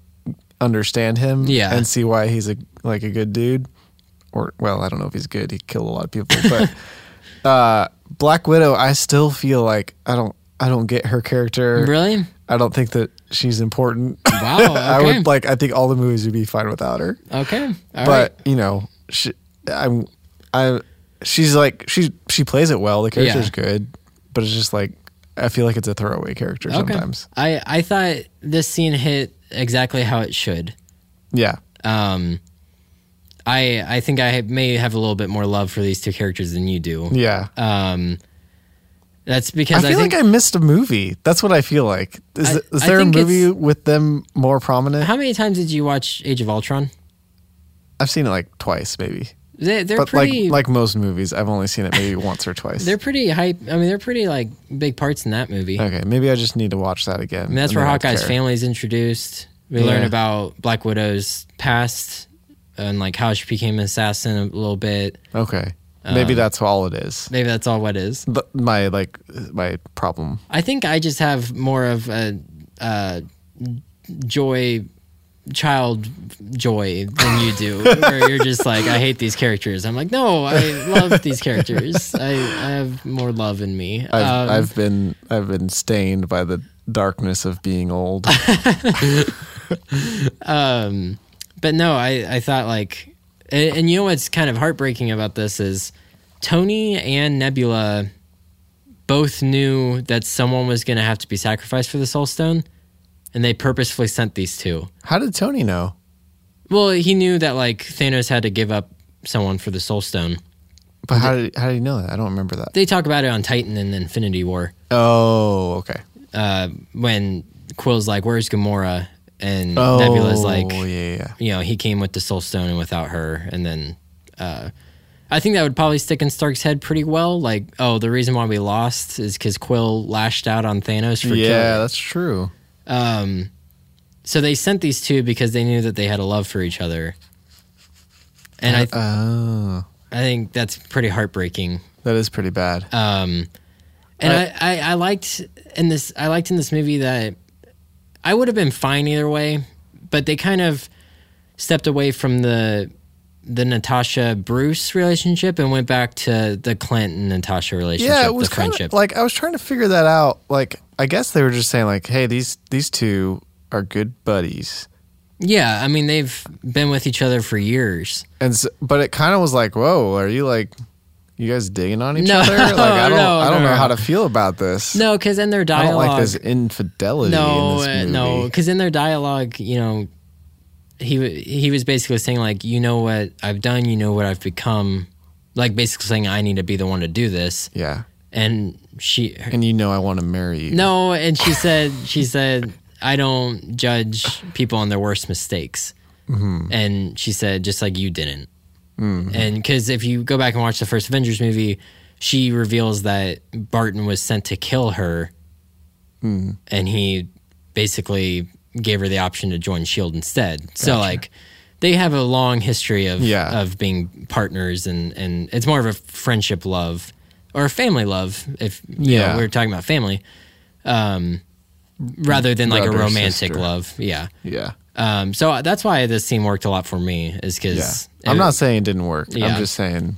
understand him Yeah. and see why he's a like a good dude. Or well, I don't know if he's good. He killed a lot of people, but uh, Black Widow, I still feel like I don't I don't get her character. really, I don't think that she's important. wow, I okay, would like I think all the movies would be fine without her okay, all right. but you know, she, I'm, I, she's like she she plays it well. The character's good, but it's just like I feel like it's a throwaway character okay. sometimes. I I thought this scene hit exactly how it should. Yeah, Um, I I think I may have a little bit more love for these two characters than you do. yeah. Um, that's I because I, feel think like I missed a movie. That's what I feel like. Is, I- th- is I there a think movie it's- with them more prominent? how many times did you watch Age of Ultron? I've seen it like twice, maybe. They, they're But pretty. like like most movies, I've only seen it maybe once or twice. They're pretty hype. I mean, they're pretty like big parts in that movie. I okay, maybe I just need to watch that again. mean, that's and where then I'd Hawkeye's care. family is introduced. We Yeah. learn about Black Widow's past and like how she became an assassin a little bit. Okay, maybe Um, that's all it is. Maybe that's all what is. But my like my problem. I think I just have more of a uh, joy, child joy than you do. where you're just like, I hate these characters. I'm like, no, I love these characters. I, I have more love in me. Um, I've, I've been I've been stained by the darkness of being old. But no, I, I thought like, and, and you know what's kind of heartbreaking about this is Tony and Nebula both knew that someone was going to have to be sacrificed for the Soul Stone, and they purposefully sent these two. How did Tony know? Well, he knew that like Thanos had to give up someone for the Soul Stone. But how did how did he know that? I don't remember that. They talk about it on Titan and Infinity War Oh, okay. uh, when Quill's like, "Where's Gamora?" and Nebula's like, Oh, yeah, yeah, yeah. you know, he came with the Soul Stone and without her, and then uh, I think that would probably stick in Stark's head pretty well. Like, oh, the reason why we lost is because Quill lashed out on Thanos for yeah, killing. that's true. So they sent these two because they knew that they had a love for each other, and I, Oh, I think that's pretty heartbreaking. that is pretty bad. Um, and I, I, I liked in this I liked in this movie that I would have been fine either way, but they kind of stepped away from the the Natasha Bruce relationship and went back to the Clint and Natasha relationship, yeah, it was the kind friendship. of like I was trying to figure that out. Like, I guess they were just saying like, hey, these these two are good buddies, yeah, I mean they've been with each other for years. and so, but it kind of was like, whoa, are you like, you guys digging on each No, other? Like, I don't, no, I don't no, know no. how to feel about this. No, because in their I dialogue, don't like this infidelity. no, in uh, this movie. no, because in their dialogue, you know, he wa- he was basically saying like, you know what I've done, you know what I've become, like basically saying I need to be the one to do this, Yeah, and she and you know I want to marry you. no, and she said she said I don't judge people on their worst mistakes, Mm-hmm. and she said just like you didn't, and because if you go back and watch the first Avengers movie, she reveals that Barton was sent to kill her, Mm. and he basically gave her the option to join Shield E instead. So like. They have a long history of Yeah. of being partners, and, and it's more of a friendship love or a family love. If you know, Yeah. we we're talking about family, rather than like a Brother, romantic sister. love. Yeah. Yeah. Um, so that's why this scene worked a lot for me is Yeah. because I'm not saying it didn't work. Yeah. I'm just saying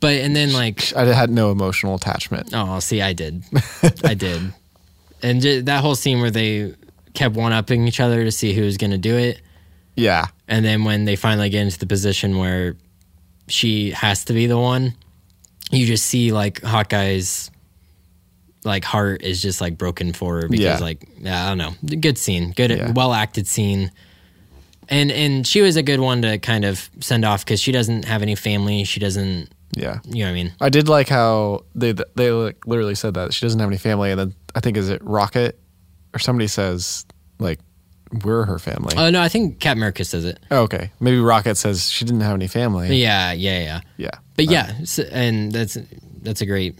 But and then like I had no emotional attachment. oh see I did I did, and ju- that whole scene where they kept one upping each other to see who was gonna do it, Yeah. and then when they finally get into the position where she has to be the one, you just see like Hawkeye's like heart is just like broken for her because Yeah. like yeah, I don't know, good scene, good Yeah. well acted scene, and and she was a good one to kind of send off because she doesn't have any family, she doesn't, Yeah. you know what I mean? I did like how they they like literally said that she doesn't have any family, and then I think is it Rocket or somebody says like we're her family. Oh no, I think Captain America says it. Oh, okay, maybe Rocket says she didn't have any family. Yeah, yeah, yeah. Yeah, But yeah, so, and that's that's a great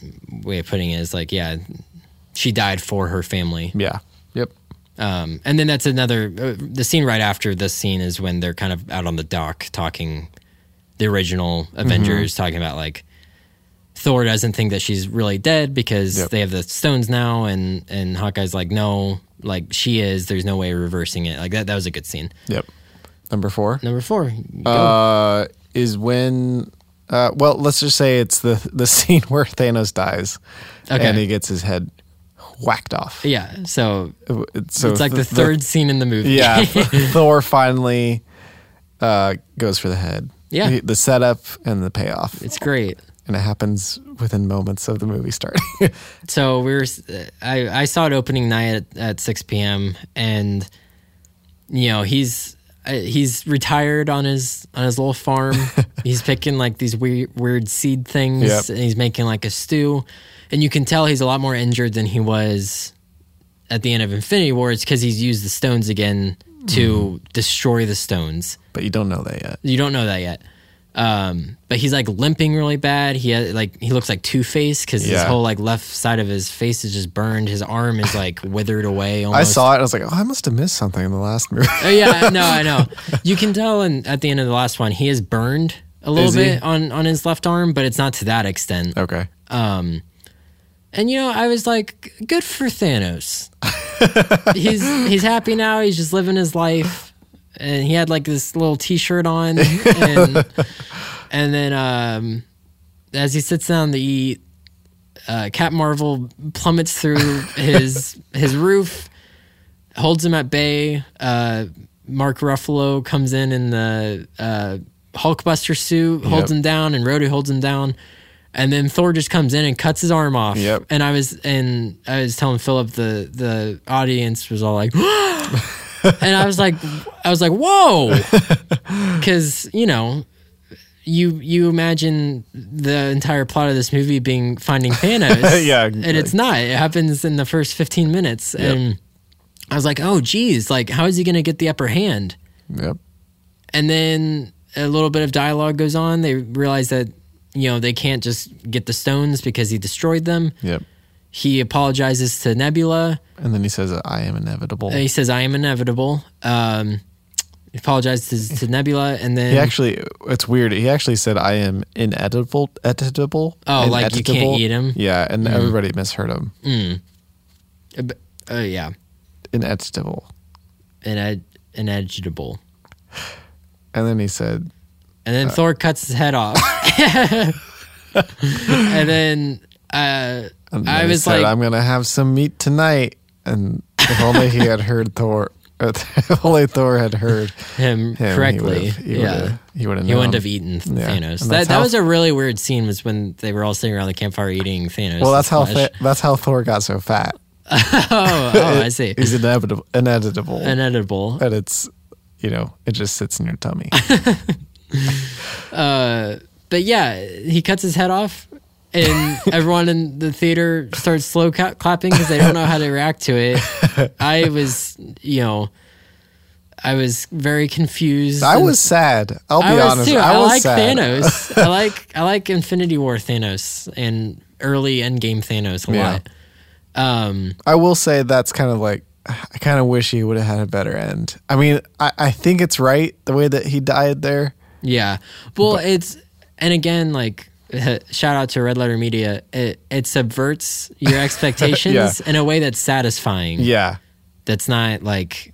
way of putting it. Is like yeah, she died for her family. yeah, yep, Um, and then that's another. Uh, the scene right after this scene is when they're kind of out on the dock talking. The original Avengers talking about like Thor doesn't think that she's really dead because Yep. they have the stones now, and and Hawkeye's like no, like she is. There's no way of reversing it. Like that. That was a good scene. yep. Number four Number four. go. uh, is when. Uh, well, let's just say it's the the scene where Thanos dies, Okay. and he gets his head whacked off. Uh, yeah. So So it's like the th- third scene in the movie. Yeah, Thor finally uh, goes for the head. Yeah. the, the setup and the payoff, it's great. and it happens within moments of the movie starting. so we were I, I saw it opening night at, at 6 p.m and you know he's uh, he's retired on his on his little farm he's picking like these weird weird seed things Yep. and he's making like a stew and you can tell he's a lot more injured than he was at the end of infinity war it's because he's used the stones again to destroy the stones but you don't know that yet. you don't know that yet. Um, but he's like limping really bad. He had, like he looks like Two Face because his Yeah. whole like left side of his face is just burned. His arm is like withered away. Almost. I saw it. and I was like, oh, I must have missed something in the last movie. Oh, yeah, no, I know. You can tell, and at the end of the last one, he is burned a little Is he? Uh. bit on on his left arm, but it's not to that extent. okay. And you know, I was like, good for Thanos. he's he's happy now. He's just living his life. And he had like this little T-shirt on, and, and then um, as he sits down to eat, uh, Cap Marvel plummets through his his roof, holds him at bay. Uh, Mark Ruffalo comes in in the uh, Hulkbuster suit, holds Yep. him down, and Rhodey holds him down. And then Thor just comes in and cuts his arm off. Yep. And I was and I was telling Philip the the audience was all like, and I was like, I was like, whoa, because you know, you you imagine the entire plot of this movie being finding Thanos. Yeah, and it's not. It happens in the first fifteen minutes, and I was like, oh, geez, like how is he going to get the upper hand? Yep. And then a little bit of dialogue goes on. They realize that you know they can't just get the stones because he destroyed them. Yep. He apologizes to Nebula. And then he says, "I am inevitable." And he says, "I am inevitable." Um, he apologizes to, to Nebula, and then He actually, it's weird. He actually said, "I am inedible." Editable. Oh, like you can't ineditable." eat Mm. 'em? Yeah, and everybody misheard him. Uh, b- uh, yeah, Ineditable. ined- inedible. And then he said, And then Thor cuts his head off. and then uh, and I then he was said, like, "I'm gonna have some meat tonight." And if only he had heard Thor. If only Thor had heard him, him he correctly. would've- He yeah. would've- he would have. He wouldn't have eaten Thanos. And That that that's how- was a really weird scene. Was when they were all sitting around the campfire eating Thanos. Well, that's how flesh. fa- that's how Thor got so fat. oh, oh, I see. He's inevitable, ineditable, Inedible. and it's you know it just sits in your tummy. but yeah, he cuts his head off, and everyone in the theater starts slow ca- clapping because they don't know how to react to it. I was, you know, I was very confused. I and- was sad. I'll be I was honest. too. I I, was like sad. Thanos. I like I like Infinity War Thanos and early Endgame Thanos a Yeah. lot. Um, I will say that's kind of like I kind of wish he would have had a better end. I mean, I, I think it's right the way that he died there. Yeah. Well, it's and again like shout out to Red Letter Media. It it subverts your expectations in a way that's satisfying. Yeah, That's not like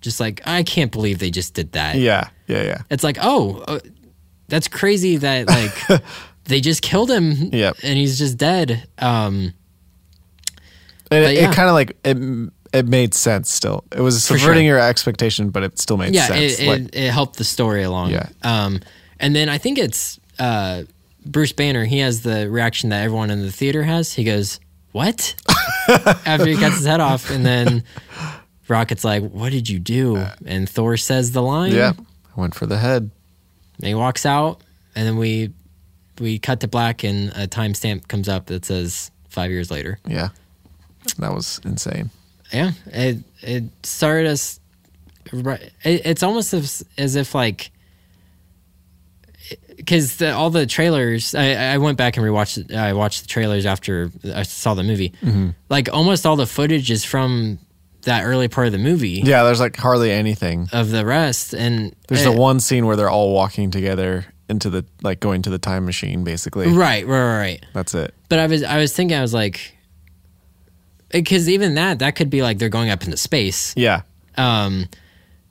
just like I can't believe they just did that. yeah, yeah, yeah. It's like, "Oh, uh, that's crazy that like they just killed him Yep. and he's just dead." Um And But it, yeah. it kind of like it it made sense. Still, it was sure. subverting your expectation, but it still made yeah, sense. it, it, like, it helped the story along. Yeah. Um, and then I think it's uh, Bruce Banner. He has the reaction that everyone in the theater has. He goes, "What?" after he cuts his head off, and then Rocket's like, "What did you do?" And Thor says the line. Uh. yeah, I went for the head. And he walks out, and then we we cut to black, and a timestamp comes up that says five years later. Yeah, that was insane. yeah it it started us right it, it's almost as, as if like because the, all the trailers I, I went back and rewatched it- i watched the trailers after i saw the movie Mm-hmm. like almost all the footage is from that early part of the movie Yeah, there's like hardly anything. of the rest and There's eh, the one scene where they're all walking together into the like going to the time machine. Basically, right right right, right. that's it. But I was I was thinking I was like, because even that that could be like they're going up into space. Yeah, Um,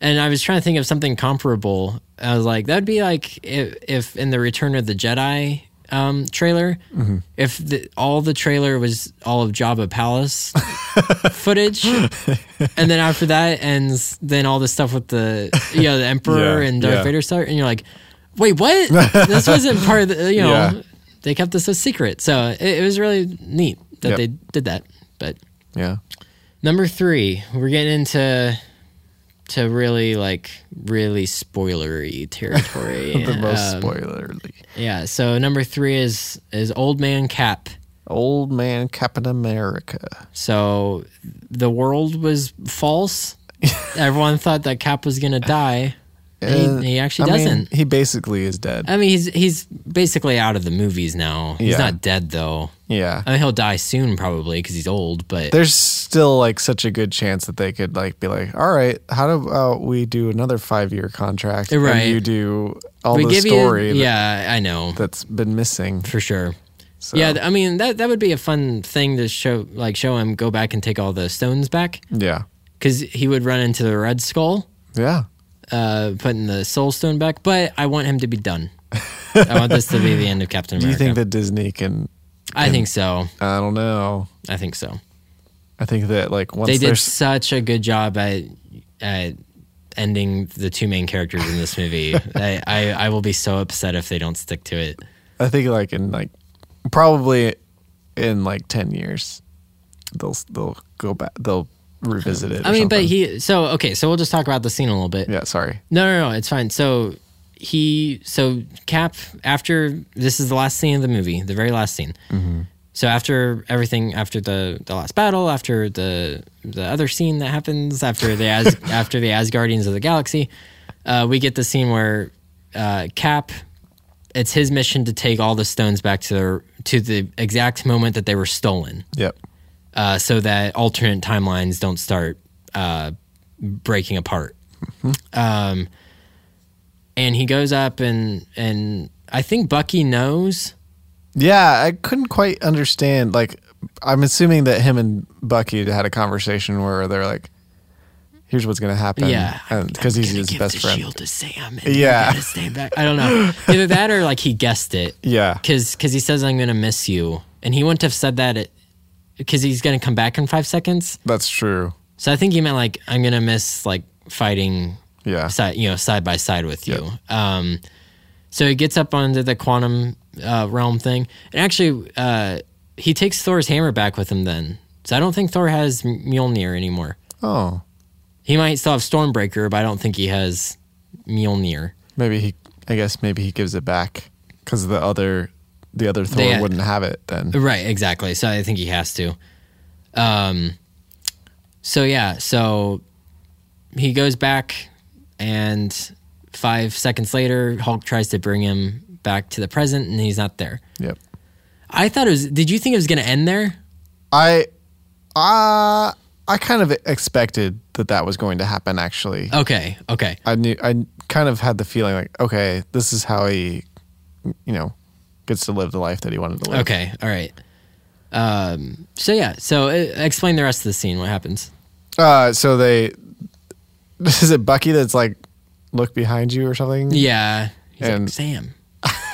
and I was trying to think of something comparable. I was like, that'd be like if, if in the Return of the Jedi um, trailer, Mm-hmm. if the, all the trailer was all of Jabba Palace footage, and then after that ends, then all the stuff with the you know the Emperor Yeah, and Darth yeah. Vader start, and you're like, wait, what? this wasn't part of the you know. Yeah. They kept this a secret, so it, it was really neat that Yep. they did that. But yeah. Number three, we're getting into to really like really spoilery territory. the most Um, spoilerly. yeah. So number three is is Old Man Cap. Old man Captain America. So the world was false. Everyone thought that Cap was gonna die. And he, he actually Uh, I mean, doesn't. Uh, he basically is dead. I mean, he's he's basically out of the movies now. He's Yeah. not dead though. yeah. I mean, he'll die soon probably because he's old. But There's still like such a good chance that they could like be like, all right, how about we do another five year contract? and Right. you do all we the give story you, that- yeah, I know that's been missing. for sure. So, Yeah, th- I mean that that would be a fun thing to show, like show him go back and take all the stones back, yeah. because he would run into the Red Skull, Yeah. uh, putting the Soul Stone back. But I want him to be done. I want this to be the end of Captain Do you America. think that Disney can? I think so. I don't know. I think so. I think that like once they did there's- such a good job at at ending the two main characters in this movie. I, I I will be so upset if they don't stick to it. I think like in like probably in like ten years, they'll they'll go back. They'll revisit it. I or mean, but something. he so okay. So we'll just talk about the scene a little bit. yeah. Sorry. No, no, no, it's fine. So he, so Cap, after this is the last scene of the movie, the very last scene. So after everything, after the the last battle, after the the other scene that happens, after the As, after the Asgardians of the Galaxy, uh, we get the scene where uh, Cap, it's his mission to take all the stones back to their to the exact moment that they were stolen Yep. uh, so that alternate timelines don't start uh, breaking apart. Mm-hmm. Um, and he goes up and and I think Bucky knows. Yeah, I couldn't quite understand. Like, I'm assuming that him and Bucky had a conversation where they're like, "Here's what's gonna happen." Yeah, because he's gonna his give best the friend. Shield to Sam. Yeah. yeah, stay back. I don't know. Either that or like he guessed it Yeah, because he says I'm gonna miss you, and he wouldn't have said that because he's gonna come back in five seconds. that's true. So I think he meant like I'm gonna miss like fighting Yeah, side, you know, side by side with you. Um, so he gets up onto the quantum uh, realm thing, and actually, uh, he takes Thor's hammer back with him. Then, so I don't think Thor has M- Mjolnir anymore. Oh, He might still have Stormbreaker, but I don't think he has Mjolnir. maybe he. I guess maybe he gives it back because the other, the other Thor They- wouldn't have it then. Right, exactly. So I think he has to. Um, so yeah, so he goes back, and five seconds later, Hulk tries to bring him back to the present, and he's not there. Yep. I thought it was. Did you think it was going to end there? I, uh, I kind of expected that that was going to happen. Actually, Okay. Okay. I knew. I kind of had the feeling like, okay, this is how he, you know, gets to live the life that he wanted to live. Okay. All right. Um. So yeah. So uh, explain the rest of the scene. What happens? Uh, so they, is it Bucky that's like, look behind you or something? Yeah. He's like And- Sam.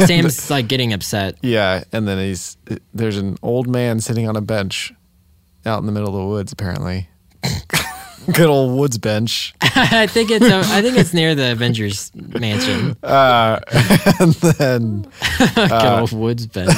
Sam's like getting upset. Yeah, and then he's there's an old man sitting on a bench, out in the middle of the woods apparently. Good old woods bench. I think it's. uh, I think it's near the Avengers mansion. and then Uh, Good old woods bench.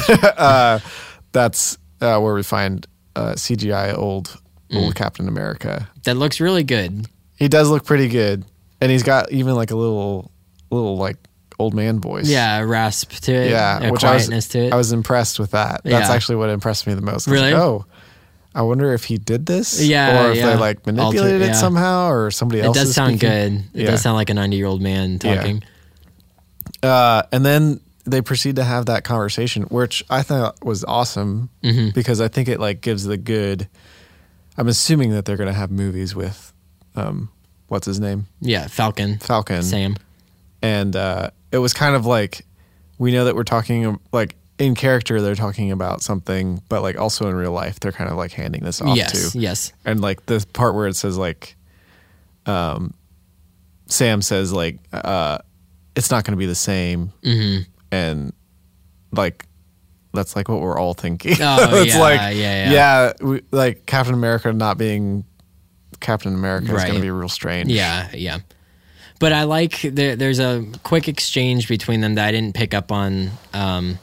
that's uh, where we find uh, CGI old old Captain America. That looks really good. He does look pretty good, and he's got even like a little little like old man voice. Yeah. A rasp to it. yeah, A which quietness I was, to it. I was impressed with that. That's Yeah. actually what impressed me the most. I was Really? Like, oh, I wonder if he did this. Yeah, or if yeah. they like manipulated Alter- yeah. it somehow, or somebody it else. does is sound speaking. good. It Yeah. does sound like a ninety-year-old man Yeah. talking. Uh, and then they proceed to have that conversation, which I thought was awesome Mm-hmm. because I think it like gives the good. I'm assuming that they're gonna have movies with, um, what's his name, Yeah. Falcon. Falcon. Sam. and uh, it was kind of like we know that we're talking like in character they're talking about something but like also in real life they're kind of like handing this off Yes. to Yes. and like the part where it says like um sam says like uh it's not going to be the same mm-hmm. and like that's like what we're all thinking Oh, it's yeah, like yeah, yeah. we, like captain america not being captain america is going Right. to be real strange Yeah, yeah. But I like there, there's a quick exchange between them that I didn't pick up on um,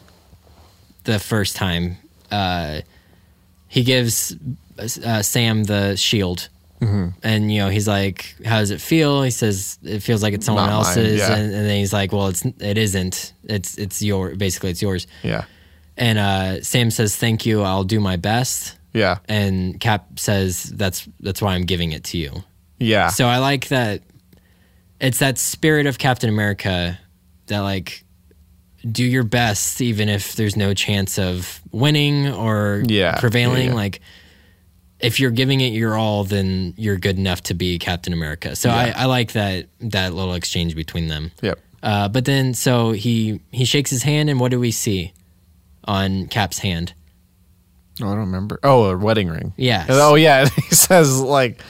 the first time. Uh, he gives uh, Sam the shield, Mm-hmm. and you know he's like, "How does it feel?" He says, "It feels like it's someone Not mine, else's," yeah. and, and then he's like, "Well, it's it isn't. It's it's your basically it's yours." yeah And uh, Sam says, "Thank you. I'll do my best." yeah And Cap says, "That's that's why I'm giving it to you." yeah So I like that. It's that spirit of Captain America that like do your best even if there's no chance of winning or Yeah, prevailing. yeah, yeah. Like if you're giving it your all, then you're good enough to be Captain America. So I, I like that that little exchange between them. yep Uh, but then so he he shakes his hand and what do we see on Cap's hand? Oh, I don't remember. Oh, a wedding ring. Yes. And- Oh yeah. And he says like,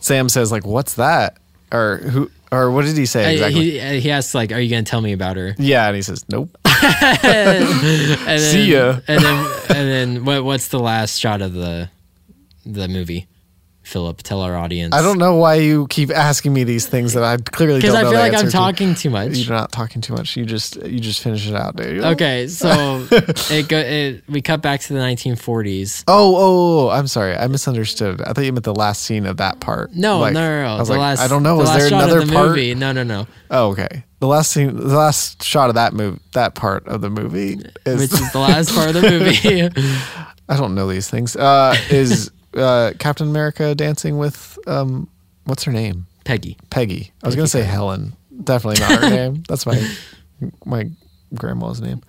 Sam says like, what's that? Or who? Or what did he Uh, say exactly? He, uh, he asks like, "Are you going to tell me about her?" yeah, and he says nope. and then, See ya. and then, and then what, what's the last shot of the the movie? Philip. Tell our audience. I don't know why you keep asking me these things that I clearly don't because I know feel the like I'm answer to. talking too much. You're not talking too much. You just you just finish it out, dude. Okay, so it, go, it we cut back to the 1940s. Oh, oh, oh, I'm sorry. I misunderstood. I thought you meant the last scene of that part. No, Like, no, no, no. I was the like, last, I don't know. The Is last there shot another of the part? movie? No, no, no. Oh, okay. The last scene, the last shot of that movie, that part of the movie is. Which is the last part of the movie. I don't know these things. Uh, is uh, Captain America dancing with um, what's her name? Peggy. Peggy. I was gonna say Helen. Definitely not her name. That's my my grandma's name.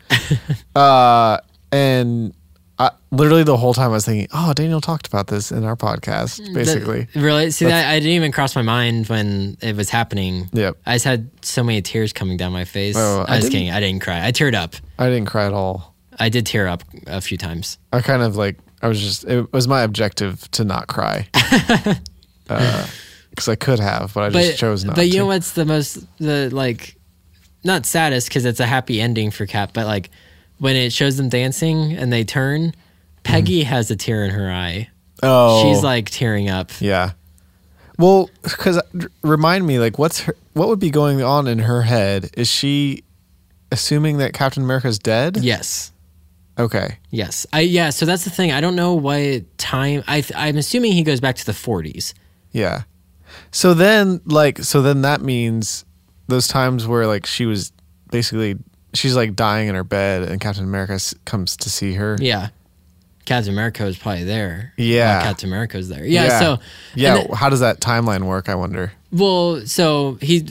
Uh, and I, literally the whole time I was thinking, oh, Daniel talked about this in our podcast, That- basically. really? See, that, I didn't even cross my mind when it was happening. Yep. I just had so many tears coming down my face. Oh, I, I was didn't- kidding. I didn't cry. I teared up. I didn't cry at all. I did tear up a few times. I kind of like I was just it was my objective to not cry. because I could have, but I But just chose not But you to. know what's the most the like not saddest because it's a happy ending for Cap, but like when it shows them dancing and they turn, Peggy has a tear in her eye. Mm. oh, She's like tearing up. Yeah. Well, because remind me, like, what's her, what would be going on in her head? Is she assuming that Captain America's dead? Yes. Okay. Yes. I yeah, so that's the thing. I don't know what time I th- I'm assuming he goes back to the 40s. Yeah. So then, like, so then that means those times where like she was basically she's like dying in her bed, and Captain America s- comes to see her. Yeah. Captain America is probably there. Yeah. Uh, Captain America is there. Yeah, so yeah. and how does that timeline work? I wonder. Well, so he.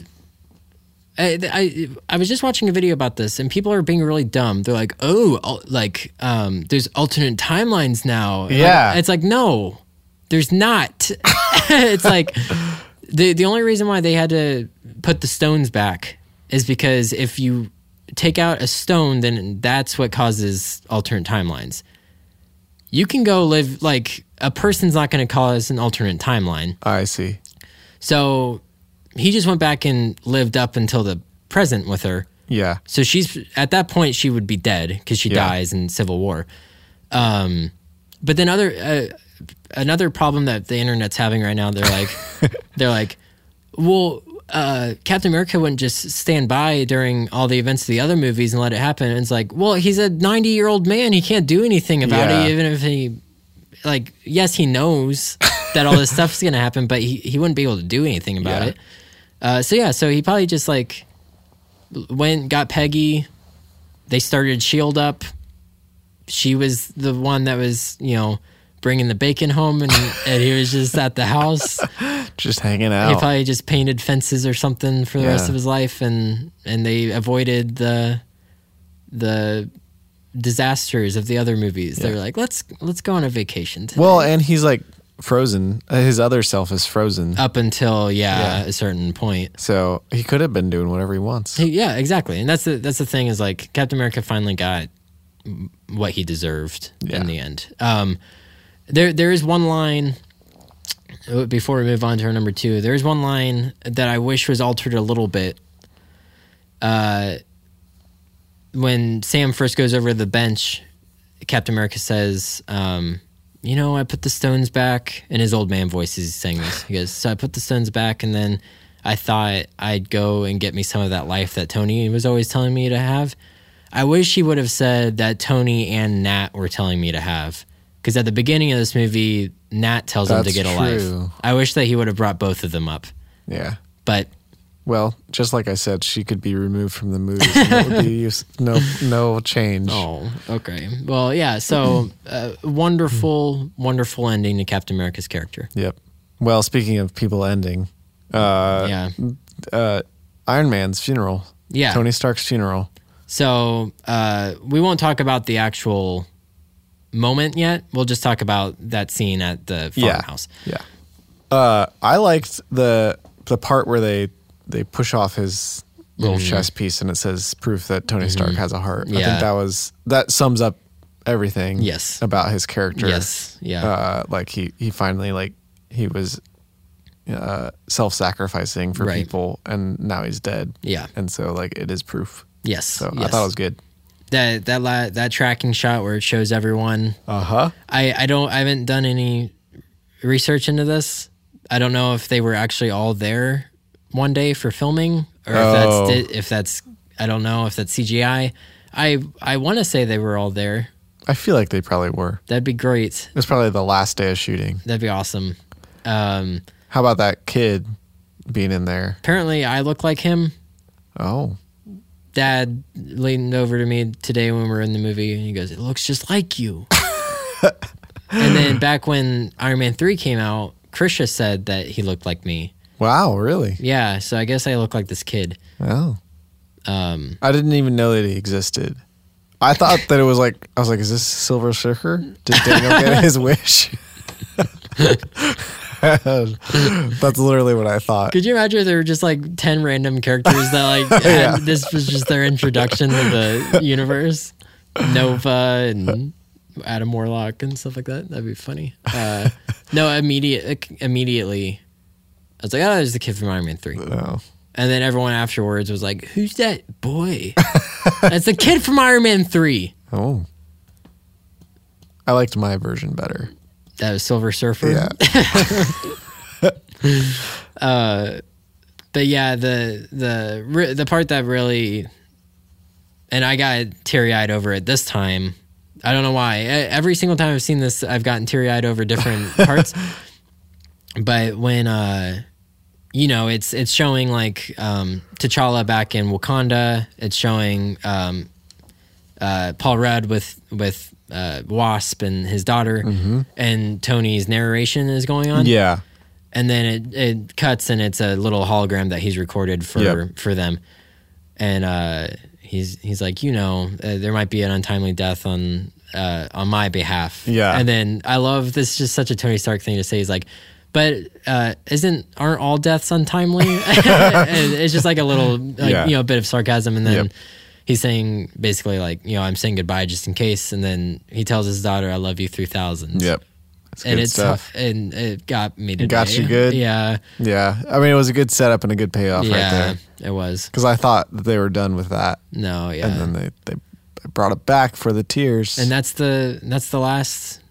I, I I was just watching a video about this, and people are being really dumb. They're like, "Oh, al- like um, there's alternate timelines now." And Yeah. like, it's like no, there's not. it's like the the only reason why they had to put the stones back is because if you take out a stone, then that's what causes alternate timelines. You can go live like a person's not going to cause an alternate timeline. I see. So he just went back and lived up until the present with her. Yeah. So she's at that point she would be dead because she Yeah. dies in Civil War. Um, but then other uh, another problem that the internet's having right now they're like they're like, well, uh, Captain America wouldn't just stand by during all the events of the other movies and let it happen. And it's like, well, he's a ninety year old man. He can't do anything about Yeah. it, even if he like yes he knows that all this stuff's gonna happen but he, he wouldn't be able to do anything about Yeah. it uh, so yeah so he probably just like l- went got peggy they started shield up she was the one that was you know bringing the bacon home and, and he was just at the house Just hanging he out. probably just painted fences or something for the rest Yeah. of his life and and they avoided the the disasters of the other movies they were like let's let's go on a vacation today. well, and he's like frozen. Uh, His other self is frozen. up until yeah, a certain point. So he could have been doing whatever he wants. He- Yeah, exactly. And that's the that's the thing is like Captain America finally got m- what he deserved Yeah. in the end. Um, there there is one line uh, before we move on to our number two. There is one line that I wish was altered a little bit. Uh, when Sam first goes over to the bench, Captain America says, um, "You know, I put the stones back." In his old man voice, he's saying this. He goes, "So I put the stones back, and then I thought I'd go and get me some of that life that Tony was always telling me to have." I wish he would have said that Tony and Nat were telling me to have, because at the beginning of this movie, Nat tells him to That's get a life. true. I wish that he would have brought both of them up, Yeah. but Well, just like I said, she could be removed from the movies. And it would be use- no, no change. Oh, okay. Well, yeah. So, uh, wonderful, wonderful ending to Captain America's character. Yep. Well, speaking of people ending, uh, yeah. uh, Iron Man's funeral. Yeah. Tony Stark's funeral. So, uh, we won't talk about the actual moment yet. We'll just talk about that scene at the Yeah. farmhouse. Yeah. Uh, I liked the the part where they they push off his little chess piece and it says proof that Tony Stark has a heart. I Mm-hmm. Yeah. think that was that sums up everything. Yes. About his character. Yes. Yeah. uh, like he he finally like he was uh, self-sacrificing for Right. people, and now he's dead. Yeah. and so like it is proof. yes. So I yes. thought it was good. that that la- that tracking shot where it shows everyone. Uh huh. I I don't I haven't done any research into this. I don't know if they were actually all there one day for filming or Oh. if that's di- if that's I don't know if that's CGI. I I want to say they were all there. I feel like they probably were. That'd be great. It was probably the last day of shooting. That'd be awesome. Um, How about that kid being in there? apparently, I look like him. Oh, Dad leaned over to me today when we were in the movie, and he goes, "It looks just like you." and then back when Iron Man three came out, Krisha said that he looked like me. wow, really? Yeah, so I guess I look like this kid. Oh, Um, I didn't even know that he existed. I thought that it was like I was like, is this Silver Surfer? Did Daniel get his wish? That's literally what I thought. could you imagine if there were just like ten random characters that like Yeah. had, this was just their introduction to the universe? Nova and Adam Warlock and stuff like that. That'd be funny. Uh, no, immediate immediately. I was like, oh, there's the kid from Iron Man three. No. And then everyone afterwards was like, "Who's that boy?" That's the kid from Iron Man Three. Oh. I liked my version better. That was Silver Surfer. Yeah. But yeah, the the re- the part that really, and I got teary eyed over it this time. I don't know why. E- Every single time I've seen this, I've gotten teary eyed over different parts. But when uh, you know, it's it's showing like um, T'Challa back in Wakanda. It's showing um, uh, Paul Rudd with with uh, Wasp and his daughter, and Tony's narration is going on. Yeah. and then it, it cuts and it's a little hologram that he's recorded for Yep. for them and uh he's he's like you know uh, there might be an untimely death on uh on my behalf Yeah. and then i love this is just such a tony stark thing to say he's like but uh isn't aren't all deaths untimely And it's just like a little like Yeah. you know bit of sarcasm and then Yep. he's saying basically like you know i'm saying goodbye just in case and then he tells his daughter i love you through thousands Yep. It's and it's and it got me today. got you good? Yeah, Yeah. I mean, it was a good setup and a good payoff right yeah, there. it was. Because I thought that they were done with that. No, yeah, and, And then they, they brought it back for the tears. that's the that's the last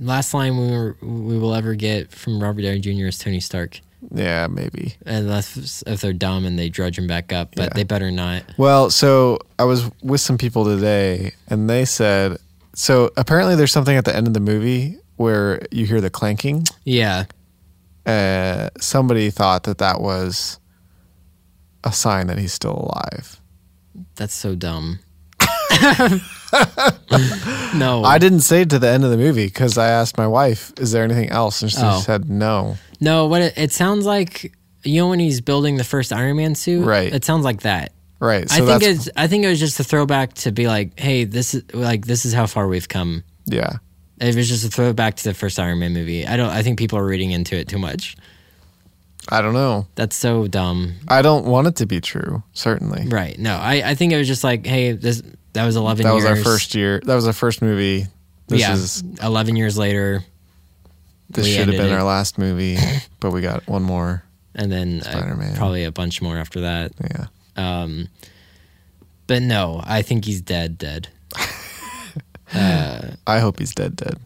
last line we were, we will ever get from Robert Downey Jr. as Tony Stark, yeah, maybe. unless if they're dumb and they drudge him back up, but Yeah. they better not. Well, so I was with some people today, and they said so. Apparently, there's something at the end of the movie where you hear the clanking. Yeah, Uh, somebody thought that that was a sign that he's still alive. that's so dumb. no, I didn't say to the end of the movie because I asked my wife, "Is there anything else?" And she Oh. said, "No." no. What it, it sounds like, you know, when he's building the first Iron Man suit, Right. It sounds like that. Right. So I think that's it's I think it was just a throwback to be like, hey, this is like this is how far we've come. yeah. It was just a throwback to the first Iron Man movie. I don't I think people are reading into it too much. I don't know. That's so dumb. I don't want it to be true. Certainly. Right. No. I, I think it was just like, hey, this that was eleven That years was our first year. That was our first movie. This yeah, is eleven years later this We should have ended been it. our last movie, but we got one more. and then uh, Spider-Man. probably a bunch more after that. Yeah. Um but no, I think he's dead dead. I hope he's dead, dead.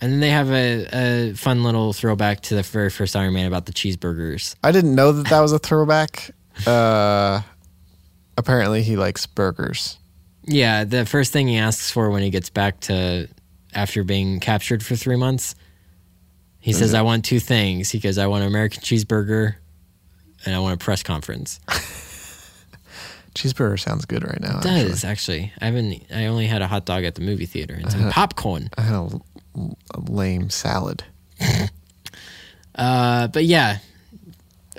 And then they have a, a fun little throwback to the very first Iron Man about the cheeseburgers. I didn't know that that was a throwback. Uh, apparently, he likes burgers. Yeah, the first thing he asks for when he gets back to after being captured for three months, he says, "I want two things." He goes, "I want an American cheeseburger, and I want a press conference." Cheeseburger sounds good right now. It actually. does actually? I haven't. I only had a hot dog at the movie theater and some popcorn. I had a, l- a lame salad. Uh, but yeah,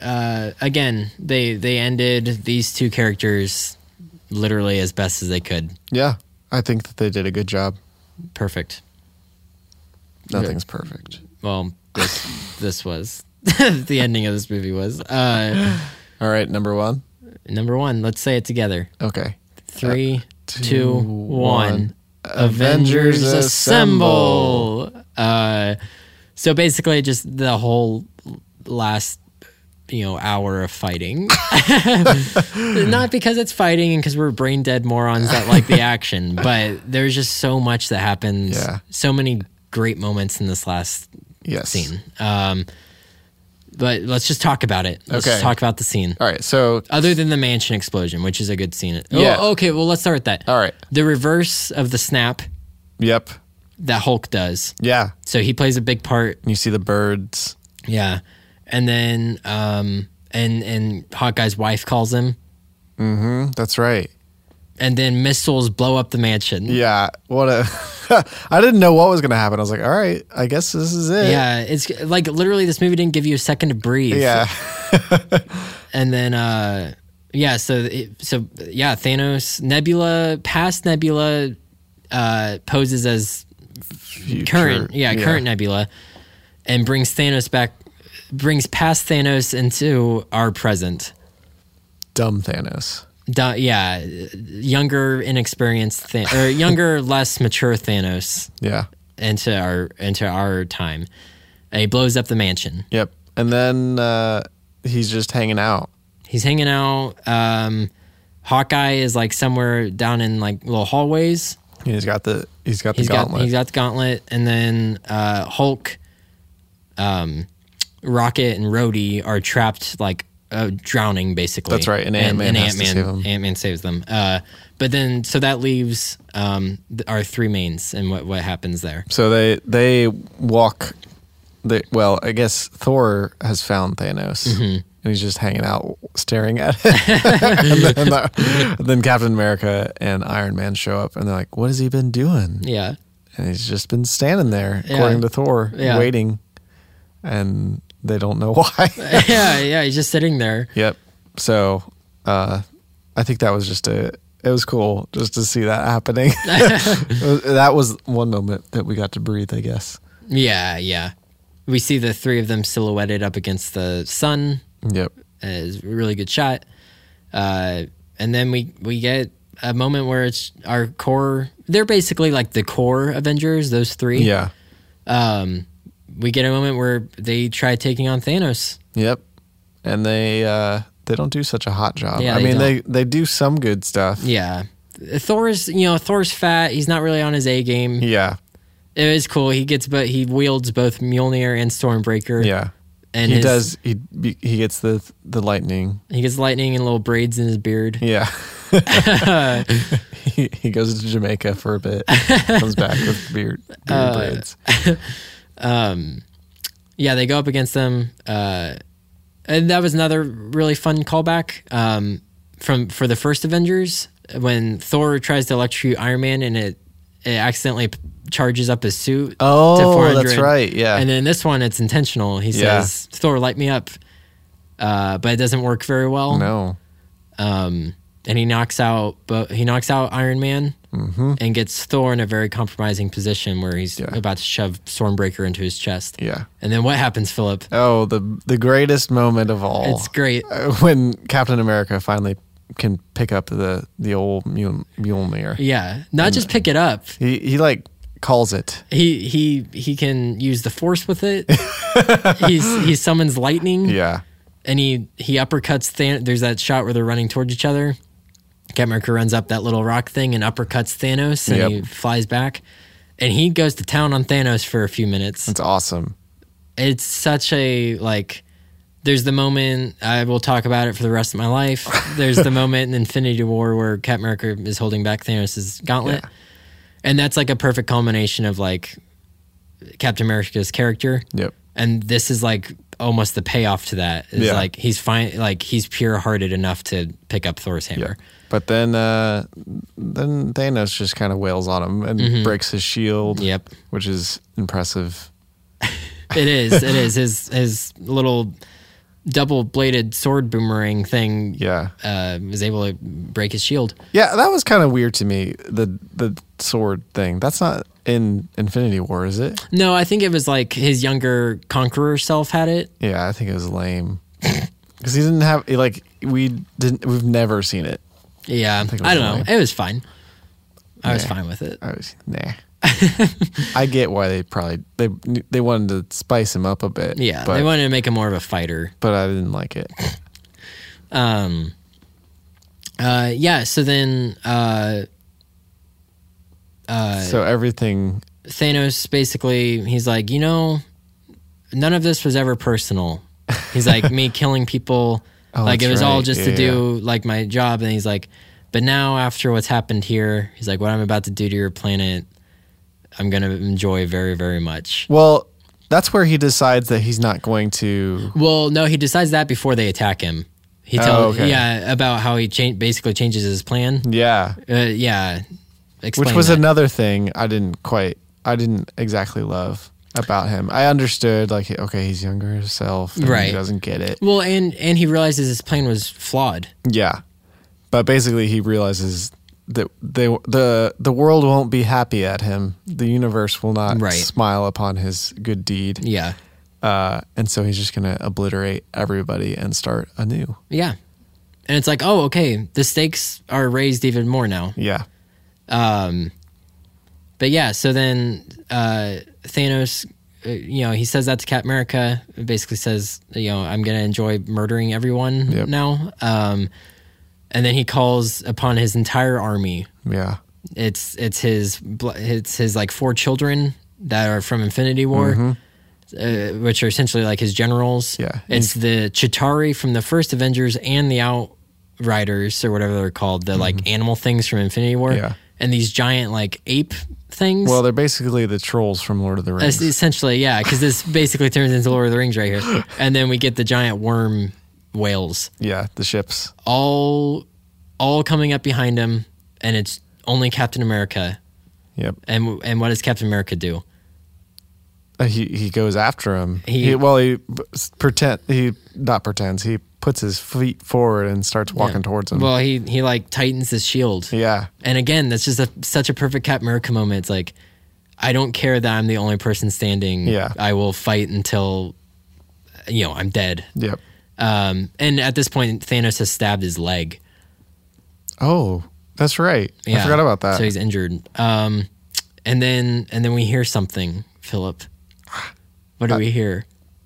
uh, again, they they ended these two characters literally as best as they could. Yeah, I think that they did a good job. Perfect. Nothing's perfect. Well, this this was the ending of this movie was. Uh, All right, number one. Number one, let's say it together. Okay. Three, two, two, one. one. Avengers, Avengers assemble. Uh, so basically, just the whole last you know hour of fighting. Not because it's fighting and because we're brain dead morons that like the action, but there's just so much that happens. Yeah. So many great moments in this last Yes. scene. Um, but let's just talk about it. Let's Okay. Uh, just talk about the scene. All right. So, Other than the mansion explosion, which is a good scene. Oh, Yeah. okay, well, let's start with that. all right. The reverse of the snap Yep. that Hulk does. Yeah. So he plays a big part. You see the birds. Yeah. And then, um, and, and Hawkeye's wife calls him. Hmm, That's right. And then missiles blow up the mansion. Yeah. What a. I didn't know what was going to happen. I was like, all right, I guess this is it. Yeah, it's like literally this movie didn't give you a second to breathe. Yeah. and then uh, yeah, so it, so yeah, Thanos, Nebula, past Nebula, uh, poses as Future- current, yeah, current Nebula, and brings Thanos back, brings past Thanos into our present. Dumb Thanos. Da- yeah, younger, inexperienced, Than- or younger, less mature Thanos Yeah. into our into our time. And he blows up the mansion. Yep. And then uh, he's just hanging out. He's hanging out. Um, Hawkeye is like somewhere down in like little hallways. He's got the he's got the He's gauntlet. got he's got the gauntlet, and then uh, Hulk, um, Rocket, and Rhodey are trapped like uh, drowning basically. That's right, and Ant-Man has to save 'em. Ant Man saves them. Uh, but then so that leaves um, th- our three mains, and what what happens there? so they they walk. They, well, I guess Thor has found Thanos, and he's just hanging out, staring at it. and, then, and then Captain America and Iron Man show up, and they're like, "What has he been doing?" Yeah, And he's just been standing there, according to Thor, Yeah. waiting, and they don't know why. yeah, yeah. He's just sitting there. yep. So, uh, I think that was just a. It was cool just to see that happening. It was- that was one moment that we got to breathe, I guess. Yeah, yeah. We see the three of them silhouetted up against the sun. Yep. Uh, It's a really good shot. Uh, and then we we get a moment where it's our core. They're basically like the core Avengers. Those three. Yeah. Um, we get a moment where they try taking on Thanos. Yep. And they uh, they don't do such a hot job. Yeah, I they mean, they they do some good stuff. Yeah. Thor's, you know, Thor's fat. He's not really on his A game. Yeah. It is cool. He gets, but he wields both Mjolnir and Stormbreaker. Yeah. and he his- does. He he gets the the lightning. He gets lightning and little braids in his beard. Yeah. he, he goes to Jamaica for a bit, comes back with beard, beard Uh, braids. yeah, they go up against them. Uh, and that was another really fun callback um, from for the first Avengers when Thor tries to electrocute Iron Man and it, it accidentally p- charges up his suit. to Oh, 400. that's right. Yeah. And then this one, it's intentional. He Yeah. says, "Thor, light me up," uh, but it doesn't work very well. no. Um, and he knocks out, but he knocks out Iron Man and gets Thor in a very compromising position where he's Mm-hmm. Yeah. about to shove Stormbreaker into his chest. Yeah. And then what happens, Philip? Oh, the the greatest moment of all. It's great. Uh, when Captain America finally can pick up the the old mule Mjolnir. Yeah, not just pick it up. He he like calls it. He he he can use the force with it. He's he summons lightning Yeah. and he he uppercuts Thanos. There's that shot where they're running towards each other. Captain America runs up that little rock thing and uppercuts Thanos and Yep. he flies back. And he goes to town on Thanos for a few minutes. It's awesome. It's such a like there's the moment I will talk about it for the rest of my life. There's the moment in Infinity War where Captain America is holding back Thanos' gauntlet. And that's like a perfect culmination of like Captain America's character. Yep. And this is like almost the payoff to that. Is Yeah. like he's fine like he's pure hearted enough to pick up Thor's hammer. But then uh then Thanos just kind of wails on him and Mm-hmm. breaks his shield. Yep. Which is impressive. It is, it is. His his little double bladed sword boomerang thing Yeah. uh was able to break his shield. Yeah, that was kind of weird to me. The the sword thing. That's not in Infinity War, is it? No, I think it was like his younger conqueror self had it. Yeah, I think it was lame. Because he didn't have like we didn't. We've never seen it. Yeah. it was I, don't know. mine. It was fine. I was Yeah. Uh, fine with it. I was nah. I get why they probably they they wanted to spice him up a bit. Yeah. but, they wanted to make him more of a fighter. but I didn't like it. Um. Uh. Yeah. So then, uh, so everything. Thanos basically he's like, you know, none of this was ever personal. He's like me killing people. Oh, like it that's was all right. just Yeah, to do like my job. And he's like, but now after what's happened here, he's like, what I'm about to do to your planet, I'm gonna enjoy very very much. Well, that's where he decides that he's not going to. Well, no, he decides that before they attack him. He Oh, tells okay. yeah about how he cha- basically changes his plan. Yeah, Uh, yeah, explain which was that. another thing I didn't quite, I didn't exactly love about him. I understood like, okay, he's younger himself, and Right. He doesn't get it. well, and and he realizes his plan was flawed. Yeah, but basically he realizes that they the the world won't be happy at him. The universe will not Right. smile upon his good deed, Yeah, uh, and so he's just gonna obliterate everybody and start anew. yeah, and it's like, oh, okay, the stakes are raised even more now. Yeah, Um, but yeah, so then uh, Thanos, uh, you know, he says that to Captain America. Basically says, you know, I'm gonna enjoy murdering everyone Yep. now. Um, and then he calls upon his entire army. yeah, It's it's his bl- it's his like four children that are from Infinity War. Uh, which are essentially like his generals. Mm-hmm. Yeah. it's the Chitari from the first Avengers and the Outriders or whatever they're called, the like animal things from Infinity War. Mm-hmm. Yeah. and these giant like ape things. Well, they're basically the trolls from Lord of the Es- Rings. essentially, yeah, because this basically turns into Lord of the Rings right here, and then we get the giant worm whales yeah, the ships. all all coming up behind him, and it's only Captain America. Yep. And and what does Captain America do? Uh, He he goes after him. He- He, well he b- s- pretend he not pretends. He puts his feet forward and starts walking towards him. Well, he he like tightens his shield. yeah. And again, that's just a, such a perfect Captain America moment. It's like, I don't care that I'm the only person standing. Yeah. I will fight until, you know, I'm dead. Yep. Um, and at this point, Thanos has stabbed his leg. Oh, that's right. I forgot about that. So he's injured. Um, and then and then we hear something, Philip. What Uh, do we hear?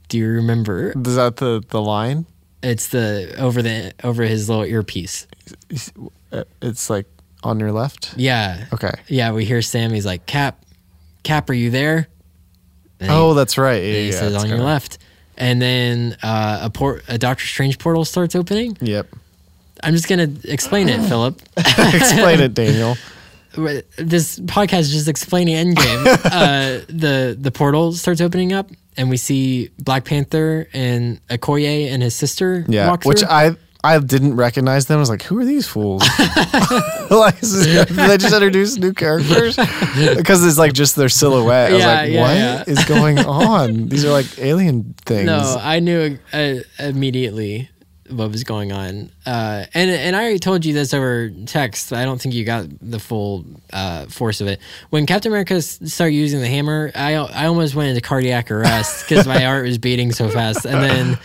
Do you remember? Is that the the line? It's the over the over his little earpiece. Uh, It's like on your left. Yeah. Okay. Yeah, we hear Sam. He's like, Cap, Cap, are you there? And he- Oh, that's right. Yeah, and he yeah, says it's on your kinda- left. And then uh, a port, a Doctor Strange portal starts opening. Yep. I'm just gonna explain it, Philip. Explain it, Daniel. this podcast is just explaining Endgame. uh, the the portal starts opening up, and we see Black Panther and Okoye and his sister Yeah. walk Which through. I I didn't recognize them. I was like, who are these fools? like, is this- did they just introduce new characters? Because it's like just their silhouette. I was Yeah, like, yeah, what is yeah. going on? These are like alien things. no, I knew uh, immediately what was going on, uh, and and I already told you this over text. I don't think you got the full uh, force of it. When Captain America s- started using the hammer, I I almost went into cardiac arrest because my heart was beating so fast, and then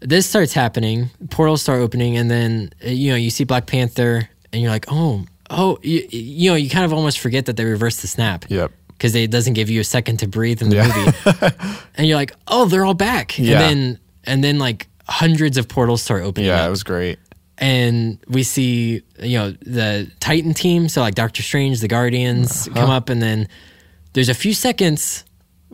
this starts happening. Portals start opening, and then uh, you know you see Black Panther, and you're like, oh. Oh, you, you know, you kind of almost forget that they reversed the snap. Yep. Because it doesn't give you a second to breathe in the Yeah. movie and you're like, oh, they're all back. And Yeah. then and then like hundreds of portals start opening Yeah, up. it was great. and we see, you know, the Titan team, so like Doctor Strange, the Guardians Uh-huh. come up and then there's a few seconds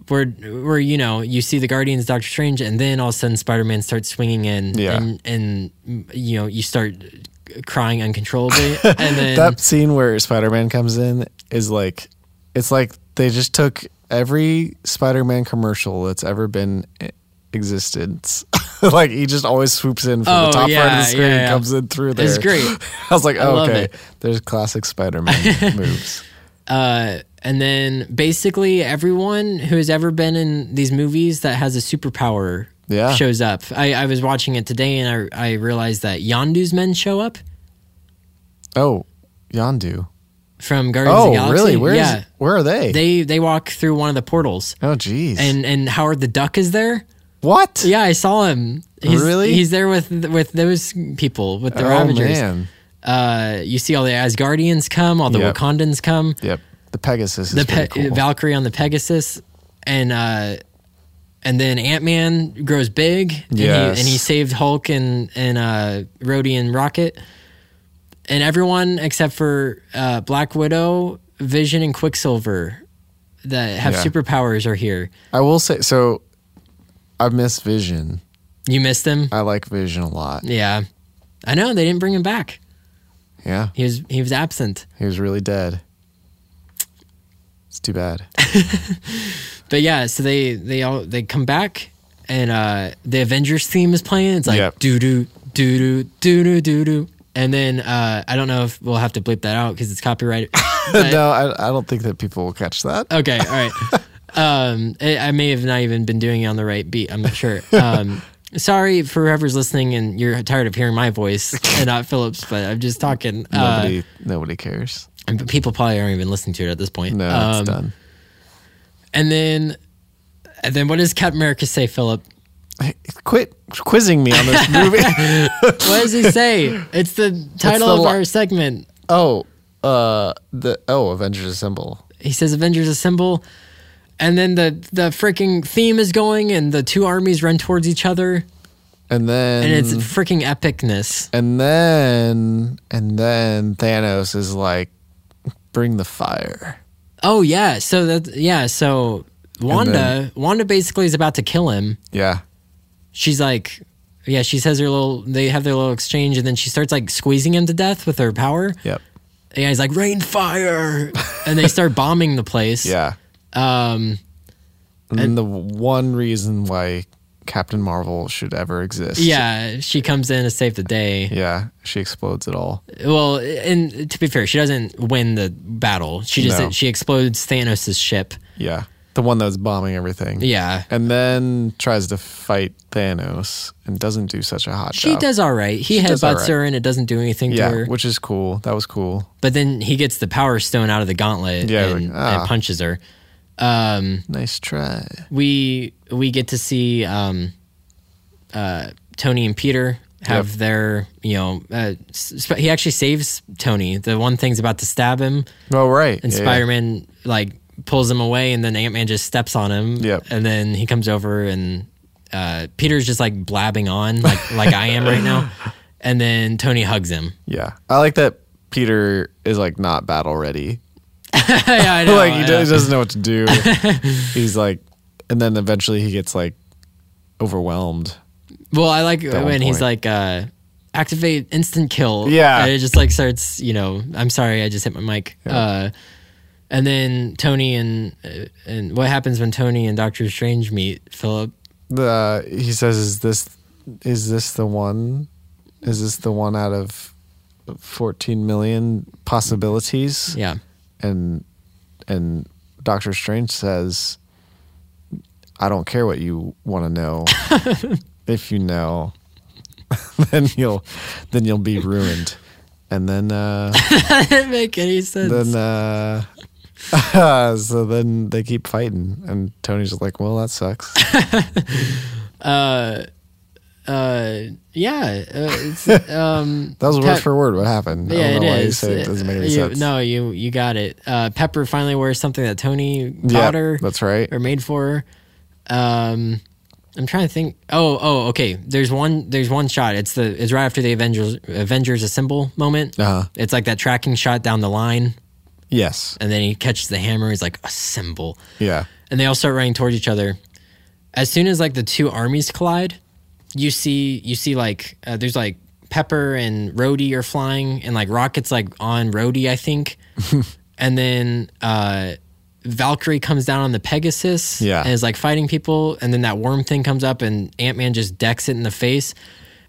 where where you know you see the Guardians, Doctor Strange, and then all of a sudden Spider Man starts swinging in, Yeah. and, and you know you start crying uncontrollably, and then that scene where Spider Man comes in is like, it's like they just took every Spider Man commercial that's ever been i- existence. like he just always swoops in from Oh, the top right yeah, of the screen yeah, and yeah. comes in through there. It's great. I was like, oh, love okay, it. there's classic Spider Man moves. Uh, and then basically everyone who has ever been in these movies that has a superpower Yeah. shows up. I, I was watching it today and I, I realized that Yondu's men show up Oh, Yondu. from Guardians of the Oh, Galaxy. really? Where is? yeah. Where are they? They they walk through one of the portals. oh, jeez. And and Howard the Duck is there. what? Yeah, I saw him. He's, Really? He's there with with those people with the oh Ravagers. man. Uh, you see all the Asgardians come, all the Yep. Wakandans come. Yep. The Pegasus is the pretty pe- cool. Valkyrie on the Pegasus, and uh, and then Ant Man grows big, and, Yes. he, and he saved Hulk and and uh, Rhodey and Rocket, and everyone except for uh, Black Widow, Vision, and Quicksilver that have Yeah. superpowers are here. I will say so. I miss Vision. You missed him? I like Vision a lot. Yeah. I know they didn't bring him back. Yeah, He was he was absent. he was really dead. It's too bad. But yeah, so they they all they come back and uh the Avengers theme is playing. It's like Yep. doo doo doo doo doo doo doo doo. And then uh I don't know if we'll have to bleep that out because it's copyrighted. But- no, I, I don't think that people will catch that. Okay, all right. um, I, I may have not even been doing it on the right beat. I'm not sure. Um, sorry for whoever's listening and you're tired of hearing my voice and not Phillips, but I'm just talking. Uh, Nobody, nobody cares. and people probably aren't even listening to it at this point. No, Um, it's done. And then, and then what does Captain America say, Philip? Hey, quit quizzing me on this movie. What does he say? It's the title the of li- our segment. oh, uh, the oh, Avengers Assemble. He says Avengers assemble. And then the the freaking theme is going, and the two armies run towards each other, And then and it's freaking epicness. and then and then Thanos is like, bring the fire. Oh yeah, so that yeah, so Wanda then- Wanda basically is about to kill him. Yeah, She's like yeah, she says her little they have their little exchange and then she starts like squeezing him to death with her power. yep, And he's like rain fire and they start bombing the place. yeah. Um And, the one reason why Captain Marvel should ever exist. yeah, she comes in to save the day. yeah, she explodes it all. Well, and to be fair, she doesn't win the battle. She just No. she explodes Thanos' ship. Yeah, the one that's bombing everything. Yeah. and then tries to fight Thanos and doesn't do such a hot She job. does all right. He does headbutts all right. her and it doesn't do anything yeah, to her. which is cool. That was cool. But then he gets the power stone out of the gauntlet Yeah, and, like, ah. and punches her. Nice try. We we get to see um, uh, Tony and Peter have their you know uh, sp- he actually saves Tony. The one thing's about to stab him, Oh right, and Yeah, yeah. Spider Man like pulls him away, and then Ant Man just steps on him. Yep. and then he comes over and uh, Peter's just like blabbing on like like I am right now, and then Tony hugs him. Yeah, I like that. Peter is like not battle ready. yeah, I know, like he I know. does- doesn't know what to do. He's like, and then eventually he gets like overwhelmed. Well, I like one when he's like, point. uh, activate instant kill. Yeah. And it just like starts, you know, I'm sorry, I just hit my mic. Uh, and then Tony and uh, and what happens when Tony and Doctor Strange meet Philip? The he says, "Is this is this the one? Is this the one out of fourteen million possibilities?" Yeah. and and Doctor Strange says, "I don't care what you want to know. if you know, then you'll then you'll be ruined." And then uh, that didn't make any sense. then uh, so then they keep fighting, and Tony's just like, "Well, that sucks." uh, yeah. Uh, it's, um, That was word Pep- for word what happened. I yeah, don't it know why you is. say it doesn't make any You- sense. No, you you got it. Uh, Pepper finally wears something that Tony yeah, taught her. that's right. or made for. Um, I'm trying to think. Oh, oh, okay. There's one. There's one shot. It's the. It's right after the Avengers Avengers assemble moment. Uh-huh. It's like that tracking shot down the line, Yes. and then he catches the hammer. He's like assemble, Yeah. and they all start running towards each other. As soon as like the two armies collide, you see you see like uh, there's like Pepper and Rhodey are flying, and like rockets like on Rhodey, I think, and then uh, Valkyrie comes down on the Pegasus, Yeah. and is like fighting people, and then that worm thing comes up, and Ant Man just decks it in the face.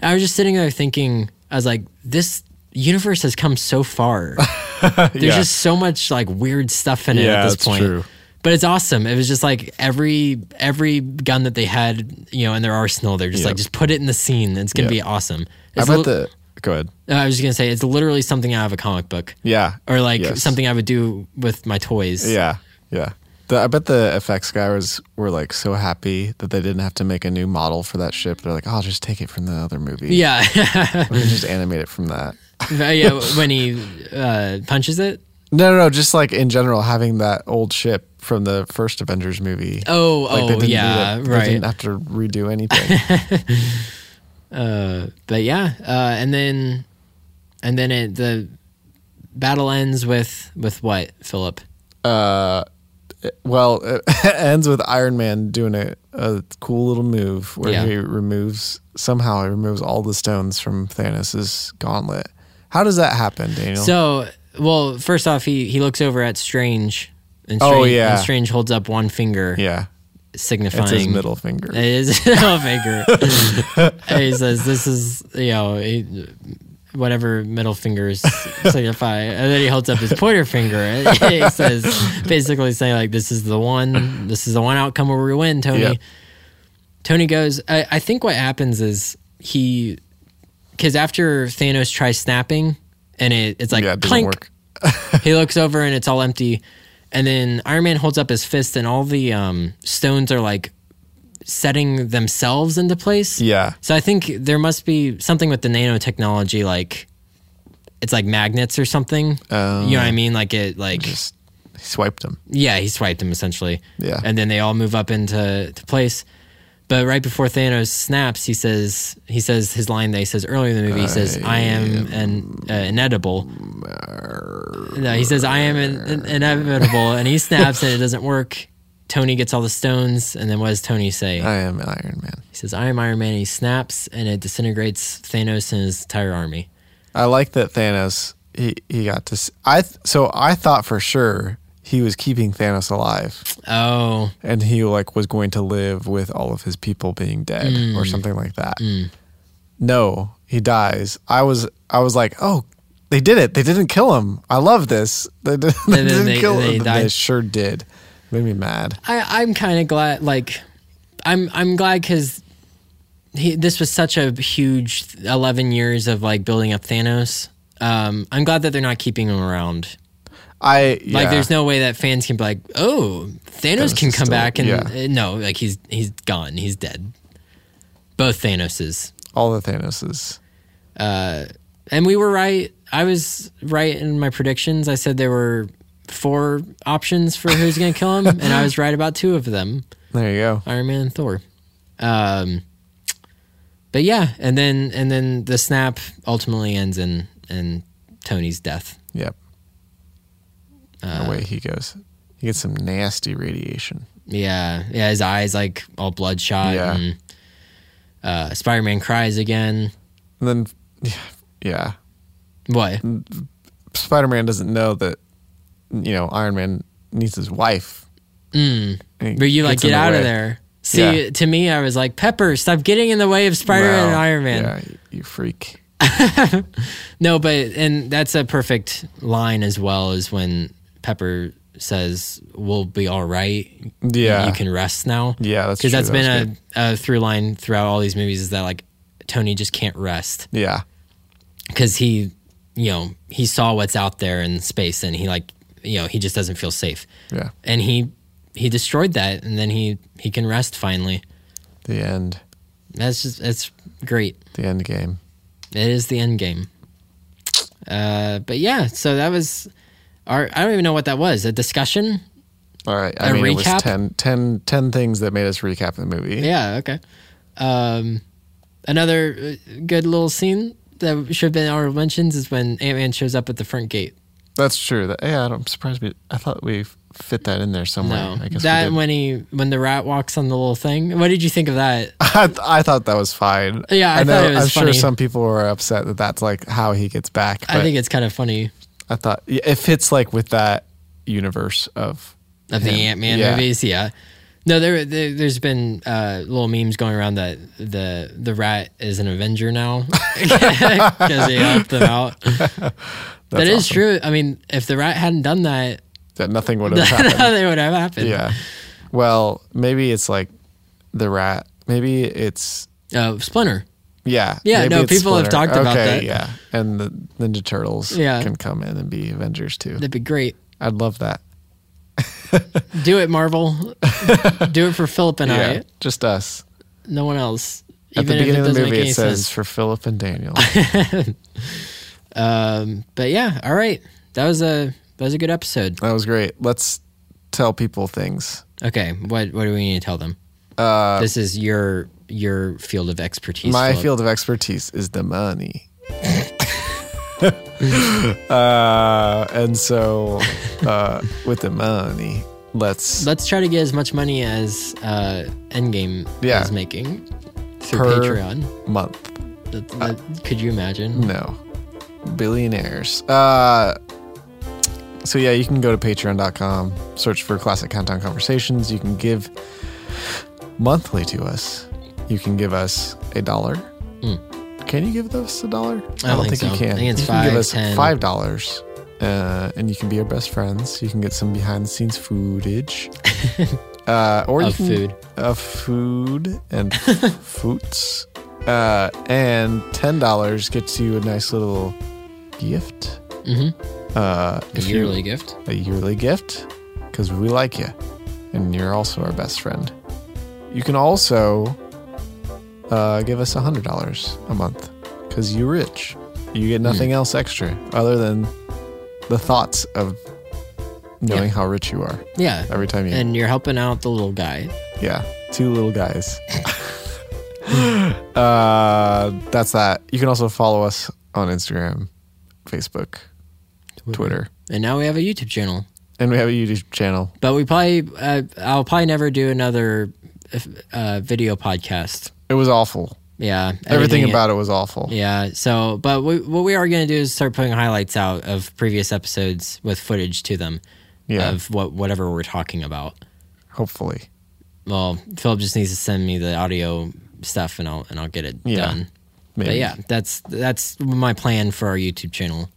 And I was just sitting there thinking, I was like, this universe has come so far. There's Yeah. just so much like weird stuff in it Yeah, at this that's point. true. But it's awesome. It was just like every every gun that they had, you know, in their arsenal, they're just like Yep. just put it in the scene. It's gonna Yep. be awesome. I It's bet li- the go ahead. I was just gonna say it's literally something out of a comic book, Yeah. or like Yes. something I would do with my toys. Yeah, yeah. The, I bet the effects guys were like so happy that they didn't have to make a new model for that ship. They're like, "Oh, I'll just take it from the other movie. Yeah, we can just animate it from that. yeah. When he uh, punches it. No, no, no. Just like in general, having that old ship from the first Avengers movie. Oh, Like, oh, need yeah, it. They right. didn't have to redo anything. Uh, but yeah, uh, and then, and then it, the battle ends with with what Philip? uh, well, it ends with Iron Man doing a a cool little move where Yeah. he removes somehow he removes all the stones from Thanos' gauntlet. How does that happen, Daniel? So, well, first off, he he looks over at Strange, and Strange, Oh, yeah. and Strange holds up one finger, yeah, signifying it's his middle finger. It is his middle finger. And he says, "This is you know." he- Whatever middle fingers signify, and then he holds up his pointer finger. And he says, basically saying like, "This is the one. This is the one outcome where we win." Tony. Yeah. Tony goes. I, I think what happens is he, because after Thanos tries snapping, and it, it's like yeah, it doesn't clink, work. he looks over and it's all empty. And then Iron Man holds up his fist and all the um, stones are like setting themselves into place. Yeah, So I think there must be something with the nanotechnology, like it's like magnets or something. Oh. you know what I mean? Like it, like just he swiped him. yeah, he swiped him essentially. Yeah. And then they all move up into to place. But right before Thanos snaps, he says he says his line that he says earlier in the movie. He says, "I am an uh, inedible." No, he says, "I am an, an inevitable," and he snaps, and it doesn't work. Tony gets all the stones, and then what does Tony say? I am Iron Man. He says, "I am Iron Man." And he snaps, and it disintegrates Thanos and his entire army. I like that Thanos. He he got to. s- I th- so I thought for sure he was keeping Thanos alive, Oh, and he like was going to live with all of his people being dead or Mm. something like that. No, he dies. I was I was like, oh, they did it. They didn't kill him. I love this. They, did, they then didn't they- kill they him. They died. sure did. Made me mad. I, I'm kind of glad. Like, I'm I'm glad because this was such a huge 11 years of like building up Thanos. Um, I'm glad that they're not keeping him around. I yeah. Like, there's no way that fans can be like, "Oh, Thanos, Thanos can is come still- back," and yeah. uh, no, like he's he's gone, he's dead. Both Thanoses, all the Thanoses. Uh, and we were right. I was right in my predictions. I said there were four options for who's going to kill him, and I was right about two of them. There you go. Iron Man and Thor. Um, but yeah, and then and then the snap ultimately ends in in Tony's death. Yep. Uh. Away he goes. He gets some nasty radiation. Yeah, yeah, his eyes like all bloodshot. Yeah. And, uh, Spider Man cries again. And then, yeah, yeah. What? Spider Man doesn't know that, you know, Iron Man needs his wife. Mm. And he But you like gets in get the out of way. there. See, to me, I was like, Pepper, stop getting in the way of Spider Man Wow. and Iron Man. Yeah, you freak. No, but and that's a perfect line as well is when Pepper says, "We'll be all right. Yeah. you can rest now." Yeah, that's because true. that's That been was a, a through line throughout all these movies is that like Tony just can't rest Yeah. because he, you know, he saw what's out there in space and he like, you know, he just doesn't feel safe, Yeah. and he he destroyed that, and then he he can rest finally. The end. That's just that's great. The end game. It is the end game. Uh, but yeah, so that was our. I don't even know what that was. A discussion. All right. I A mean, it recap? was 10, 10 10 things that made us recap the movie. Yeah. Okay. Um, another uh, good little scene that should have been our mentions is when Ant Man shows up at the front gate. That's true. That, yeah, I don't- I'm surprised. We, I thought we fit that in there somewhere. No, I guess that we did. when he when the rat walks on the little thing. What did you think of that? I, th- I thought that was fine. Yeah, I know, thought it was I'm funny. sure some people were upset that that's like how he gets back. But I think it's kind of funny I thought yeah, it fits like with that universe of of the him. Ant Man Yeah. movies. Yeah. No, there, there there's been uh, little memes going around that the the rat is an Avenger now because he helped them out. That That's is awesome. true. I mean, if the rat hadn't done that, That nothing would have happened. that would have happened. yeah. Well, maybe it's like the rat. Maybe it's Uh, Splinter. yeah. Yeah, maybe no, it's people have talked about okay, that. Yeah, and the Ninja Turtles Yeah. can come in and be Avengers too. That'd be great. I'd love that. Do it, Marvel. Do it for Philip and yeah, I. just us. No one else. At the Even if it beginning of the doesn't make movie, any it says sense. for Philip and Daniel. Um, but yeah, all right. That was a that was a good episode. that was great. Let's tell people things. Okay, what what do we need to tell them? Uh, this is your your field of expertise. My Philip. field of expertise is the money. uh, and so, uh, with the money, let's Let's try to get as much money as uh, Endgame Yeah. is making through Per- Uh, Patreon. month. That, that- could you imagine? No. Billionaires. Uh so yeah, you can go to patreon.com, search for classic countdown conversations. You can give monthly to us. You can give us a dollar. Can you give us a dollar? I don't, think so. you can. Hmm. I think it's you can give five, us ten. five dollars. Uh, and you can be our best friends. You can get some behind the scenes footage. uh, or Of you can, food. of food and foods. Uh, and ten dollars gets you a nice little gift. Mm-hmm. Uh, A if you- yearly gift. a yearly gift because we like you and you're also our best friend. You can also uh, give us $100 a month because you're rich. You Hmm. get nothing else extra other than the thoughts of knowing how rich you are Yeah. every time you. And you're helping out the little guy. yeah, two little guys. uh, that's that. You can also follow us on Instagram, Facebook, Twitter, And now we have a YouTube channel. and we have a YouTube channel. But we probably, uh, I'll probably never do another uh, video podcast. It was awful. Yeah. Everything editing it. about it was awful. Yeah. So, but we, what we are going to do is start putting highlights out of previous episodes with footage to them Yeah. of what whatever we're talking about. Hopefully. Well, Philip just needs to send me the audio stuff and I'll and I'll get it Yeah. done. Maybe. But yeah, that's that's my plan for our YouTube channel.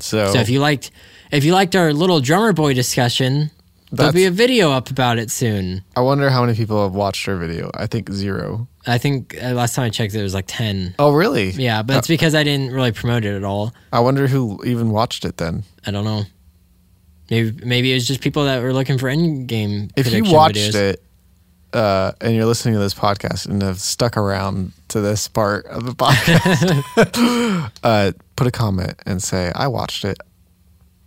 So, So if you liked if you liked our little drummer boy discussion, there'll That's- be a video up about it soon. I wonder how many people have watched our video. I think zero. I think uh, last time I checked, it was like ten. Oh, really? Yeah, but it's because I didn't really promote it at all. I wonder who even watched it then. I don't know. Maybe maybe it was just people that were looking for endgame. If you prediction watched videos. it uh, and you're listening to this podcast and have stuck around to this part of the podcast, uh, put a comment and say, I watched it.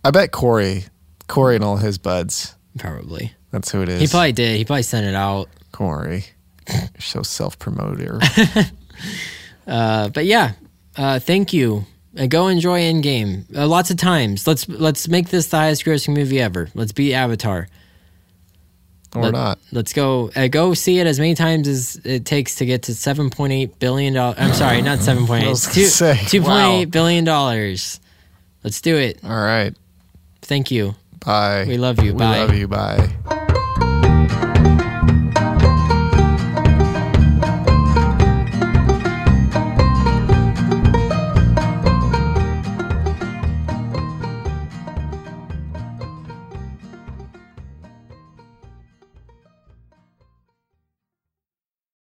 I bet Corey, Corey and all his buds, probably that's who it is. he probably did. He probably sent it out. Corey. You're so self promoter. Uh, but yeah, uh, thank you. Uh, go enjoy Endgame. Uh, lots of times. Let's let's make this the highest grossing movie ever. Let's beat Avatar. or not. Let's go uh, go see it as many times as it takes to get to seven point eight billion dollars. I'm sorry, not seven point I eight. was gonna say, Two point wow. eight billion dollars. Let's do it. All right. Thank you. Bye. We love you. We Bye. love you. Bye.